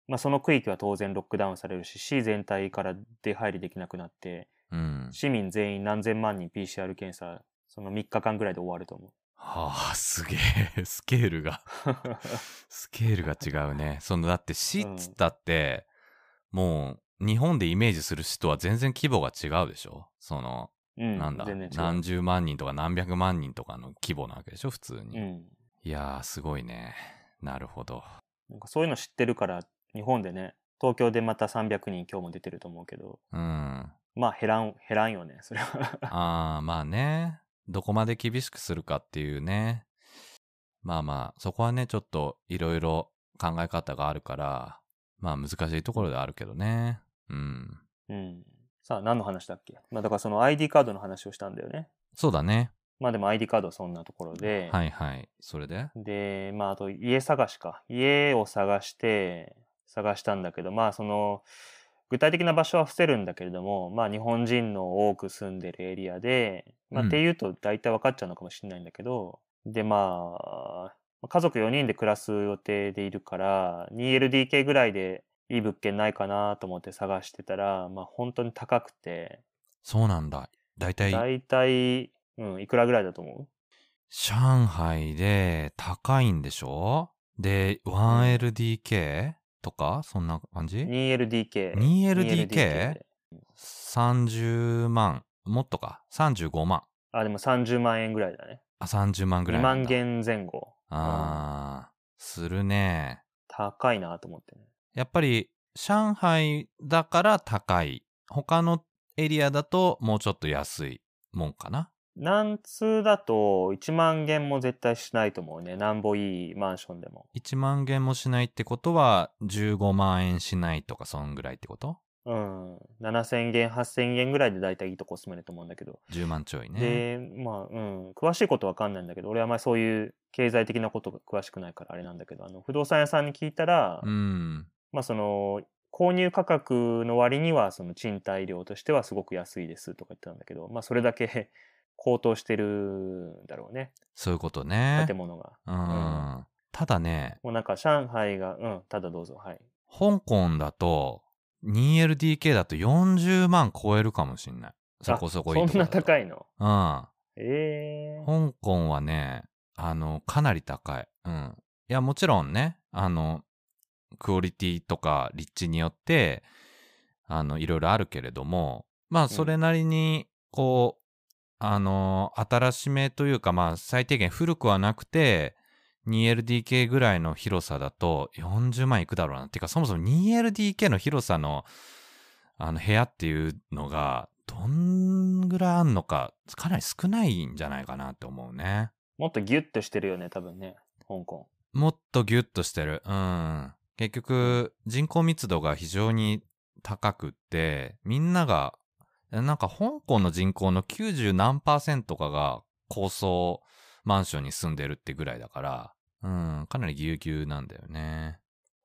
A: まあ、その区域は当然ロックダウンされるし市全体から出入りできなくなって
B: うん。
A: 市民全員何千万人 PCR 検査その3日間ぐらいで終わると思 う。
B: はあ、すげえ。スケールが、スケールが違 うね。その、だって市っつったって、もう、日本でイメージする市とは全然規模が違うでしょその、
A: うん、
B: なんだ、
A: 全然違う
B: 何十万人とか何百万人とかの規模なわけでしょ普通に。
A: うん、
B: いやー、すごいね。なるほど。
A: なんかそういうの知ってるから日本でね東京でまた300人今日も出てると思うけど
B: うん。あ
A: まあ減らん減らんよねそれは
B: あー、ま あね。どこまで厳しくするかっていうね。まあまあ、そこはね、ちょっといろいろ考え方があるから、まあ難しいところではあるけどね。うん。
A: うんさあ何の話だっけまあだからその ID カードの話をしたんだよね
B: そうだね。
A: まあでも ID カードはそんなところで、
B: はいはい。それで
A: で、まあ、あと家探しか。家を探して、探したんだけど、まあ、その、具体的な場所は伏せるんだけれども、まあ、日本人の多く住んでるエリアで、まあ、
B: うん
A: っていうと大体分かっちゃうのかもしれないんだけど、で、まあ、家族4人で暮らす予定でいるから、2LDK ぐらいでいい物件ないかなと思って探してたら、まあ、本当に高くて、
B: そうなんだ。だいたい
A: 大体、うん、いくらぐらいだと思う
B: 上海で高いんでしょで、1LDK とかそんな感じ
A: ?2LDK。
B: 2LDK
A: で
B: ?30 万。もっとか。35万。
A: あ、でも30万円ぐらいだね。
B: あ、30万ぐら
A: 2
B: いなん
A: 万
B: だ。
A: 元前後。
B: あー、するね。
A: 高いなと思ってね。
B: やっぱり、上海だから高い。他のエリアだともうちょっと安いもんかな。
A: 南通だと1万元も絶対しないと思うね。なんぼいいマンションでも。
B: 1万元もしないってことは、15万円しないとか、そんぐらいってこと
A: うん。7000元、8000元ぐらいで大体いいとこ住めると思うんだけど。
B: 10万ちょいね。
A: で、まあ、うん。詳しいことわかんないんだけど、俺はあんまりそういう経済的なことが詳しくないからあれなんだけど、あの、不動産屋さんに聞いたら、
B: うん。
A: まあその、購入価格の割にはその賃貸料としてはすごく安いですとか言ってたんだけど、まあそれだけ 高騰してるんだろうね。
B: そういうことね。
A: 建物が。
B: うん。ただね、
A: もうなんか上海が、うん、ただどうぞ、はい。
B: 香港だと 2LDK だと40万超えるかもしんないそこそこいい
A: あ
B: と
A: そ
B: こ
A: んな
B: だと
A: 高いの。
B: う
A: ええ
B: ん香港はねあのかなり高いうんいやもちろんねあのクオリティとか立地によってあのいろいろあるけれどもまあそれなりにこう、あの新しめというかまあ最低限古くはなくて 2LDK ぐらいの広さだと40万いくだろうな。てかそもそも 2LDK の広さのあの部屋っていうのがどんぐらいあんのかかなり少ないんじゃないかなって思うね。
A: もっとギュッとしてるよね、多分ね、香港。
B: もっとギュッとしてる。うん。結局人口密度が非常に高くってみんながなんか香港の人口の90何パーセントかが高層マンションに住んでるってぐらいだから、うん、かなりぎゅうぎゅうなんだよね。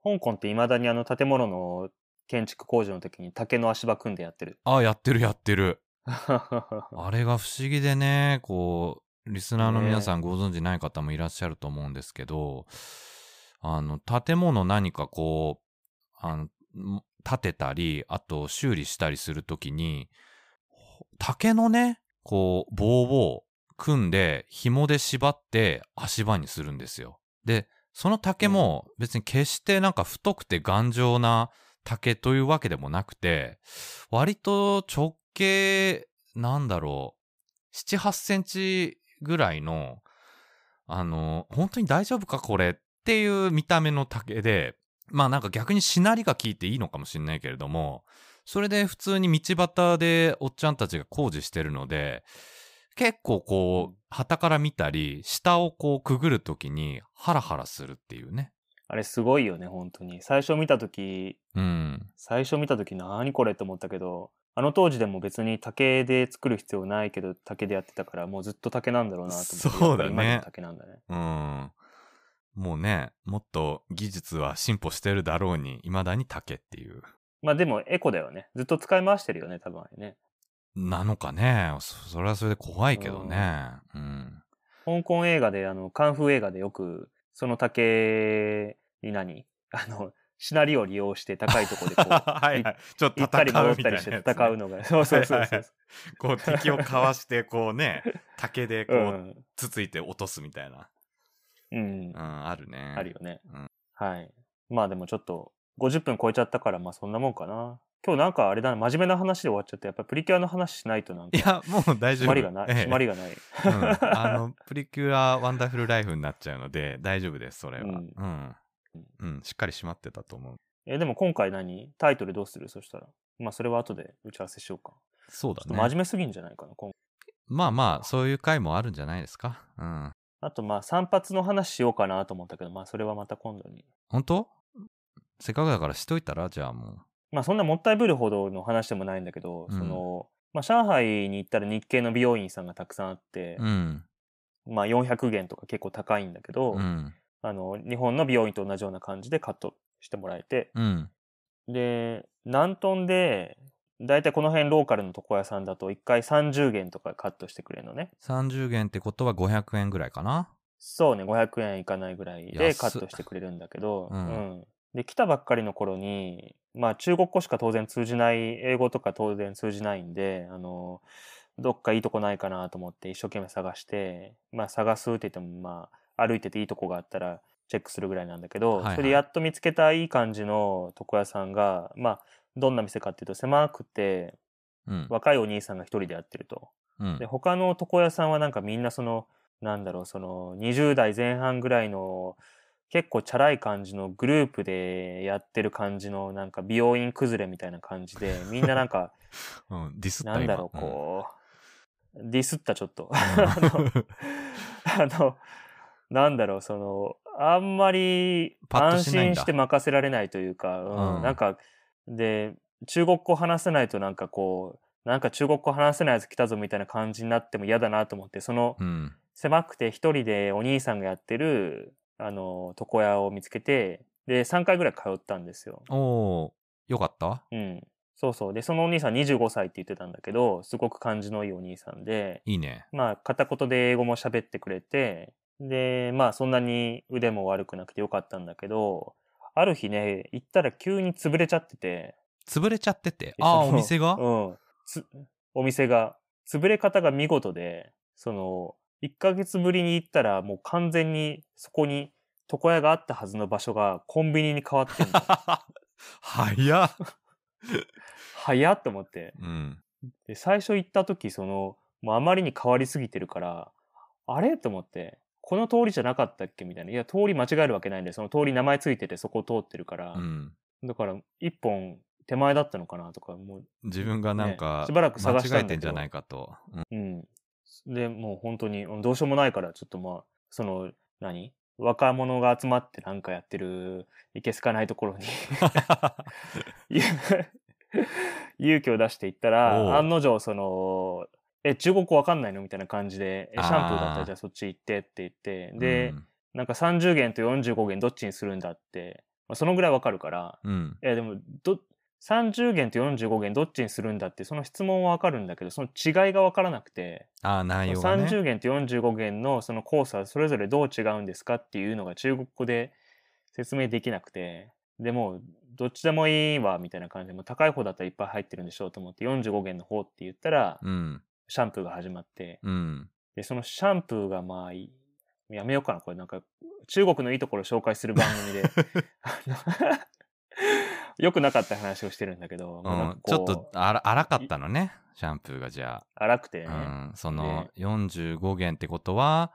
A: 香港って未だにあの建物の建築工事の時に竹の足場組んでやってる。
B: あ、やってるやってる。
A: う
B: あれが不思議でね、こう、リスナーの皆さんご存知ない方もいらっしゃると思うんですけど、あの、建物何かこう、あの、も建てたり、あと修理したりするときに、ほ竹のね、こう、棒を組んで、紐で縛って足場にするんですよ。で、その竹も別に決してなんか太くて頑丈な竹というわけでもなくて、割と直径、なんだろう、7、8センチぐらいの、あの、本当に大丈夫かこれっていう見た目の竹で、まあなんか逆にしなりが効いていいのかもしれないけれども、それで普通に道端でおっちゃんたちが工事してるので、結構こう、旗から見たり、下をこうくぐるときにハラハラするっていうね。
A: あれすごいよね、本当に。最初見た時、
B: うん。
A: 最初見た時何これって思ったけど、あの当時でも別に竹で作る必要ないけど竹でやってたからもうずっと竹なんだろうなと思って
B: そうだね
A: やっぱり今でも竹なんだね。
B: うん。もうね、もっと技術は進歩してるだろうに、未だに竹っていう。
A: まあでもエコだよね。ずっと使い回してるよね、多分あれね。
B: なのかね。そそれはそれで怖いけどね。うん。
A: 香港映画で、あの、カンフー映画でよく、その竹に何あの、シナリオを利用して高いところでこ う、
B: はいはい。ちょっと
A: 行ったり
B: 戦
A: 戻
B: う
A: った
B: みたい
A: り
B: な
A: して
B: やつ
A: 戦う
B: ね。
A: のが、そうそうそうそう。
B: こう敵をかわして、こう ね、竹 でこ
A: う
B: う、
A: ん。
B: つついて落とすみたいな。
A: うん
B: う。ん、あるね。
A: あるよね
B: うん。
A: はい。まあでもちょっと、50分超えちゃったから、まあそんなもんかな。今日なんかあれだな、真面目な話で終わっちゃって、やっぱりプリキュアの話しないとなん
B: い
A: か、
B: や、もう大丈
A: 締
B: 夫。
A: まりがない、
B: ええ
A: 締まりがない。
B: うんあの、プリキュア・ワンダフル・ライフになっちゃうので、大丈夫です、それは。
A: う
B: うんん。うん、しっかり締まってたと思う。
A: え、でも今回何タイトルどうするそしたら。まあそれは後で打ち合わせしようか。
B: そう
A: ちょっ
B: だ
A: と真
B: ね。
A: 面目すぎんじゃないかな、今
B: まあまあ、そういう回もあるんじゃないですか。うん。
A: あとまあ散髪の話しようかなと思ったけど、まあそれはまた今度に。
B: 本当せっかくだからしといたら、じゃあもう。
A: まあそんなもったいぶるほどの話でもないんだけど、
B: うん
A: その、まあ上海に行ったら日系の美容院さんがたくさんあって、
B: うん。
A: まあ400元とか結構高いんだけど、
B: うん。
A: あの、日本の美容院と同じような感じでカットしてもらえて、
B: うん。
A: で、南東で、だいたいこの辺ローカルの床屋さんだと1回30元とかカットしてくれるのね。
B: 30元ってことは500円ぐらいかな。
A: そうね、500円いかないぐらいで
B: 安っ
A: カットしてくれるんだけど、
B: うん
A: うんで、来たばっかりの頃に、まあ中国語しか当然通じない、英語とか当然通じないんで、あの、どっかいいとこないかなと思って一生懸命探して、まあ探すって言っても、まあ歩いてていいとこがあったらチェックするぐらいなんだけど、
B: はいはい
A: それでやっと見つけたいい感じの床屋さんが、まあどんな店かっていうと狭くて、
B: うん。
A: 若いお兄さんが一人でやってると。
B: うん
A: で、他の床屋さんはなんかみんなその、なんだろう、その、20代前半ぐらいの、結構チャラい感じのグループでやってる感じの、なんか美容院崩れみたいな感じで、みんななんか、
B: うん。ディスった
A: な
B: 今
A: んだろう、こう、ディスったちょっ と。あの
B: うん
A: あの、なんだろう、その、あんまり
B: パッと
A: 安
B: しない
A: 心
B: んだ
A: して任せられないというか、うん
B: うん
A: なんか、で、中国語話せないとなんかこう、なんか中国語話せないやつ来たぞみたいな感じになっても嫌だなと思って、その
B: うん。
A: 狭くて一人でお兄さんがやってる、あの、床屋を見つけて、で、3回ぐらい通ったんですよ。
B: おー、よかった
A: うん。そうそう。で、そのお兄さん25歳って言ってたんだけど、すごく感じのいいお兄さんで、
B: いいね。
A: まあ、片言で英語も喋ってくれて、で、まあ、そんなに腕も悪くなくてよかったんだけど、ある日ね、行ったら急に潰れちゃってて。
B: 潰れちゃってて。
A: で
B: ああー、
A: そ
B: お
A: の
B: 店が
A: うん。つお店が、潰れ方が見事で、その、1ヶ月ぶりに行ったら、もう完全にそこに、床屋があったはずの場所がコンビニに変わって んの
B: 早っ。
A: 早っと思って。
B: うん。
A: で、最初行った時、その、もうあまりに変わりすぎてるから、あれと思って、この通りじゃなかったっけみたいな。いや、通り間違えるわけないんだよ。その通り名前ついてて、そこ通ってるから。
B: うん。
A: だから、一本手前だったのかなとか、も
B: 自分がなんか、
A: ねしばらく探したんだけど
B: 間違えてんじゃないかと。うん
A: う、うん。で、もう本当に、うんどうしようもないから、ちょっとまあ、その、何若者が集まってなんかやってる、いけすかないところにゆ勇気を出していった
B: おう
A: ら、案の定、その、え、中国語わかんないのみたいな感じで、えシャンプーだった
B: あー
A: らじゃあそっち行ってって言って、 で、
B: うん
A: なんか30元と45元どっちにするんだって、まあ、そのぐらいわかるから、
B: うん。
A: いやでも、ど、30元と45元どっちにするんだって、その質問はわかるんだけど、その違いがわからなくて、
B: ああ、内容がね。
A: 30元と45元のその交差それぞれどう違うんですかっていうのが中国語で説明できなくて、でもう、どっちでもいいわ、みたいな感じで、もう高い方だったらいっぱい入ってるんでしょうと思って、45元の方って言ったら、
B: うん。
A: シャンプーが始まって、
B: うん。
A: で、そのシャンプーがまあ、いやめようかな、これなんか、中国のいいところを紹介する番組 で、 あの良くなかった話をしてるんだけど、もう
B: う
A: なんんか
B: ちょ
A: こ
B: っ
A: う
B: と荒荒かったのね、シャンプーがじゃ
A: 荒くてね、
B: あ。うん。その45元ってことは、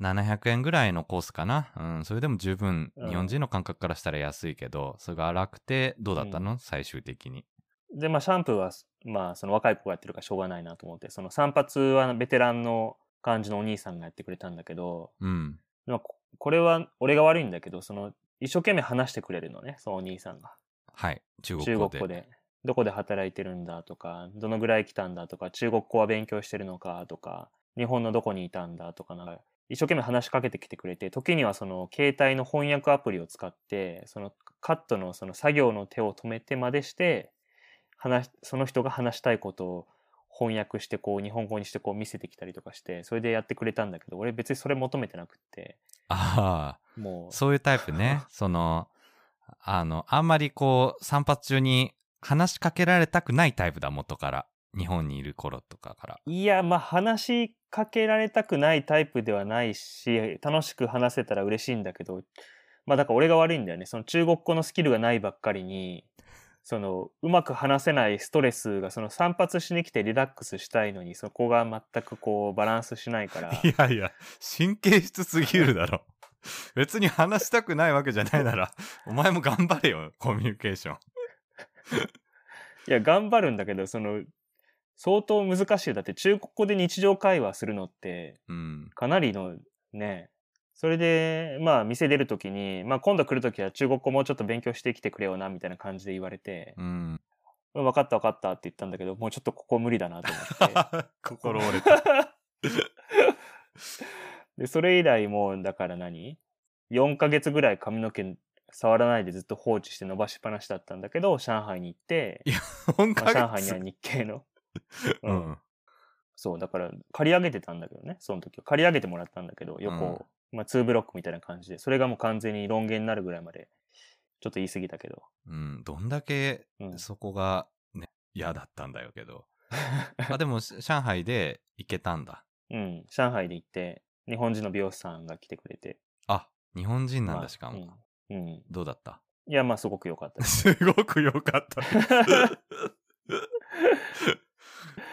B: 700円ぐらいのコースかな。うん。それでも十分、
A: うん
B: 日本人の感覚からしたら安いけど、それが荒くて、どうだったの、最終的に。
A: で、まあ、シャンプーは、まあ、その若い子がやってるからしょうがないなと思って、その散髪はベテランの感じのお兄さんがやってくれたんだけど、
B: うん。
A: まあ、ここれは俺が悪いんだけど、その、一生懸命話してくれるのね、そのお兄さんが。
B: はい。中国
A: 中
B: 語
A: 国
B: で。
A: 語で。どこで働いてるんだとか、どのぐらい来たんだとか、中国語は勉強してるのかとか、日本のどこにいたんだとか、なんか、一生懸命話しかけてきてくれて、時にはその携帯の翻訳アプリを使って、そのカットのその作業の手を止めてまでして、話し、その人が話したいことを翻訳して、こう、日本語にしてこう見せてきたりとかして、それでやってくれたんだけど、俺別にそれ求めてなくって、
B: ああ。
A: もう、
B: そういうタイプね。その、あの、あんまりこう、散髪中に話しかけられたくないタイプだ、元から。日本にいる頃とかから。
A: いや、まあ、話しかけられたくないタイプではないし、楽しく話せたら嬉しいんだけど、まあ、だから俺が悪いんだよね。その中国語のスキルがないばっかりに、その、うまく話せないストレスが、その散髪しに来てリラックスしたいのに、そこが全くこう、バランスしないから。
B: いやいや、神経質すぎるだろ。 別に話したくないわけじゃないなら、お前も頑張れよ、コミュニケーション。
A: いや、頑張るんだけど、その、相当難しい。だって中国語で日常会話するのって、
B: うん。
A: かなりのねそれでまあ店出る時に、まあ、今度来る時は中国語もうちょっと勉強してきてくれよなみたいな感じで言われて
B: うん。
A: 「分かった分かった」って言ったんだけどもうちょっとここ無理だなと思 って
B: 心折れた。
A: でそれ以来もうだから何4ヶ月ぐらい髪の毛触らないでずっと放置して伸ばしっぱなしだったんだけど上海に行 って、
B: 本
A: まあ、
B: 格
A: 上海には日系の、
B: う
A: うん
B: ん。
A: そうだから借り上げてたんだけどねその時は借り上げてもらったんだけど横を、まあ、2ブロックみたいな感じでそれがもう完全に論言になるぐらいまでちょっと言い過ぎたけど、
B: うん。どんだけ
A: うん、
B: そこがね、嫌だったんだよけ ど。あでも、し上海で行けたんだ。
A: うん、上海で行って日本人の美容師さんが来てくれて
B: あ、日本人なん
A: まあ
B: だ、しかも。
A: うん、うん
B: どうだった
A: いやまあすごく良か ったです
B: すごく良かった。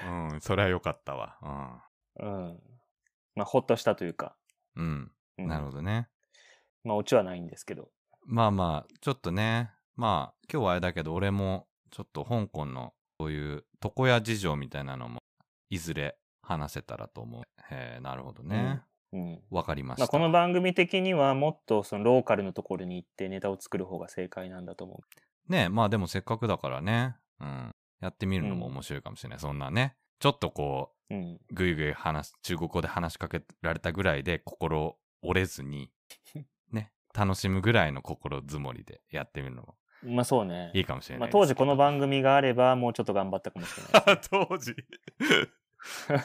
B: うん、それは良かったわ。
A: うんまあほっとしたというか、
B: うん。うん。
A: うん
B: なるほどね。
A: まあオチはないんですけど
B: まあまあ、ちょっとね、まあ、今日はあれだけど、俺も、ちょっと香港の、そういう、床屋事情みたいなのも、いずれ話せたらと思う。へえ、なるほどね。
A: うん
B: わ、かりました。
A: まあ、この番組的にはもっとそのローカルのところに行ってネタを作る方が正解なんだと思
B: ねえ、まあでもせっかくだからね、うん。やってみるのも面白いかもしれない。そんなね、ちょっとこ
A: う、うん、
B: う、ぐいぐい話す、中国語で話しかけられたぐらいで心折れず に、ね、楽しむぐらいの心づもりでやってみるのも
A: まあそうね
B: いいかもしれ
A: ま
B: な
A: あ、
B: いで
A: 当時
B: すけど。
A: この番組があればもうちょっと頑張ったかもしれ ない
B: 当時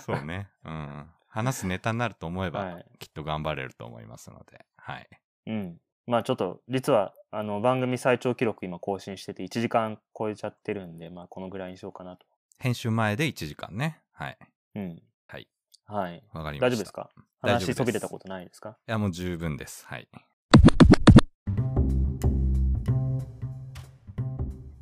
B: そうね。うん。話すネタになると思えば、
A: はい
B: きっと頑張れると思いますので。はい。
A: うん。まあちょっと、実は、あの、番組最長記録今更新してて、1時間超えちゃってるんで、まあこのぐらいにしようかなと。
B: 編集前で1時間ね。はい。
A: うん。
B: はい。
A: はい。
B: わかりました。
A: 大丈夫ですか
B: 大丈夫で
A: 話
B: す
A: そびれたことないですか
B: いや、もう十分です。はい。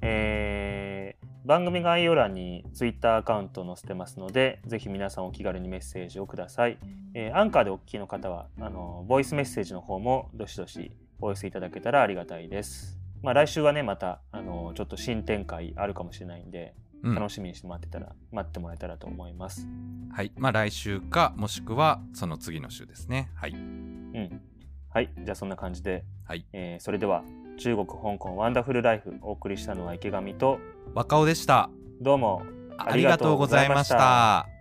A: えー、番組概要欄に Twitter アカウントを載せてますので、ぜひ皆さんお気軽にメッセージをください。えーアンカーでお聞きの方は、あの、ボイスメッセージの方もどしどしお寄せいただけたらありがたいです。まあ来週はね、また、あの、ちょっと新展開あるかもしれないんで、
B: うん
A: 楽しみにして待ってたら、待ってもらえたらと思います。
B: はい。まあ来週か、もしくはその次の週ですね。はい。
A: うん。はい。じゃあそんな感じで、
B: はい
A: えーそれでは、中国、香港、ワンダフルライフ、お送りしたのは池上と、
B: 若尾でした。
A: どうも
B: ありがとうございました。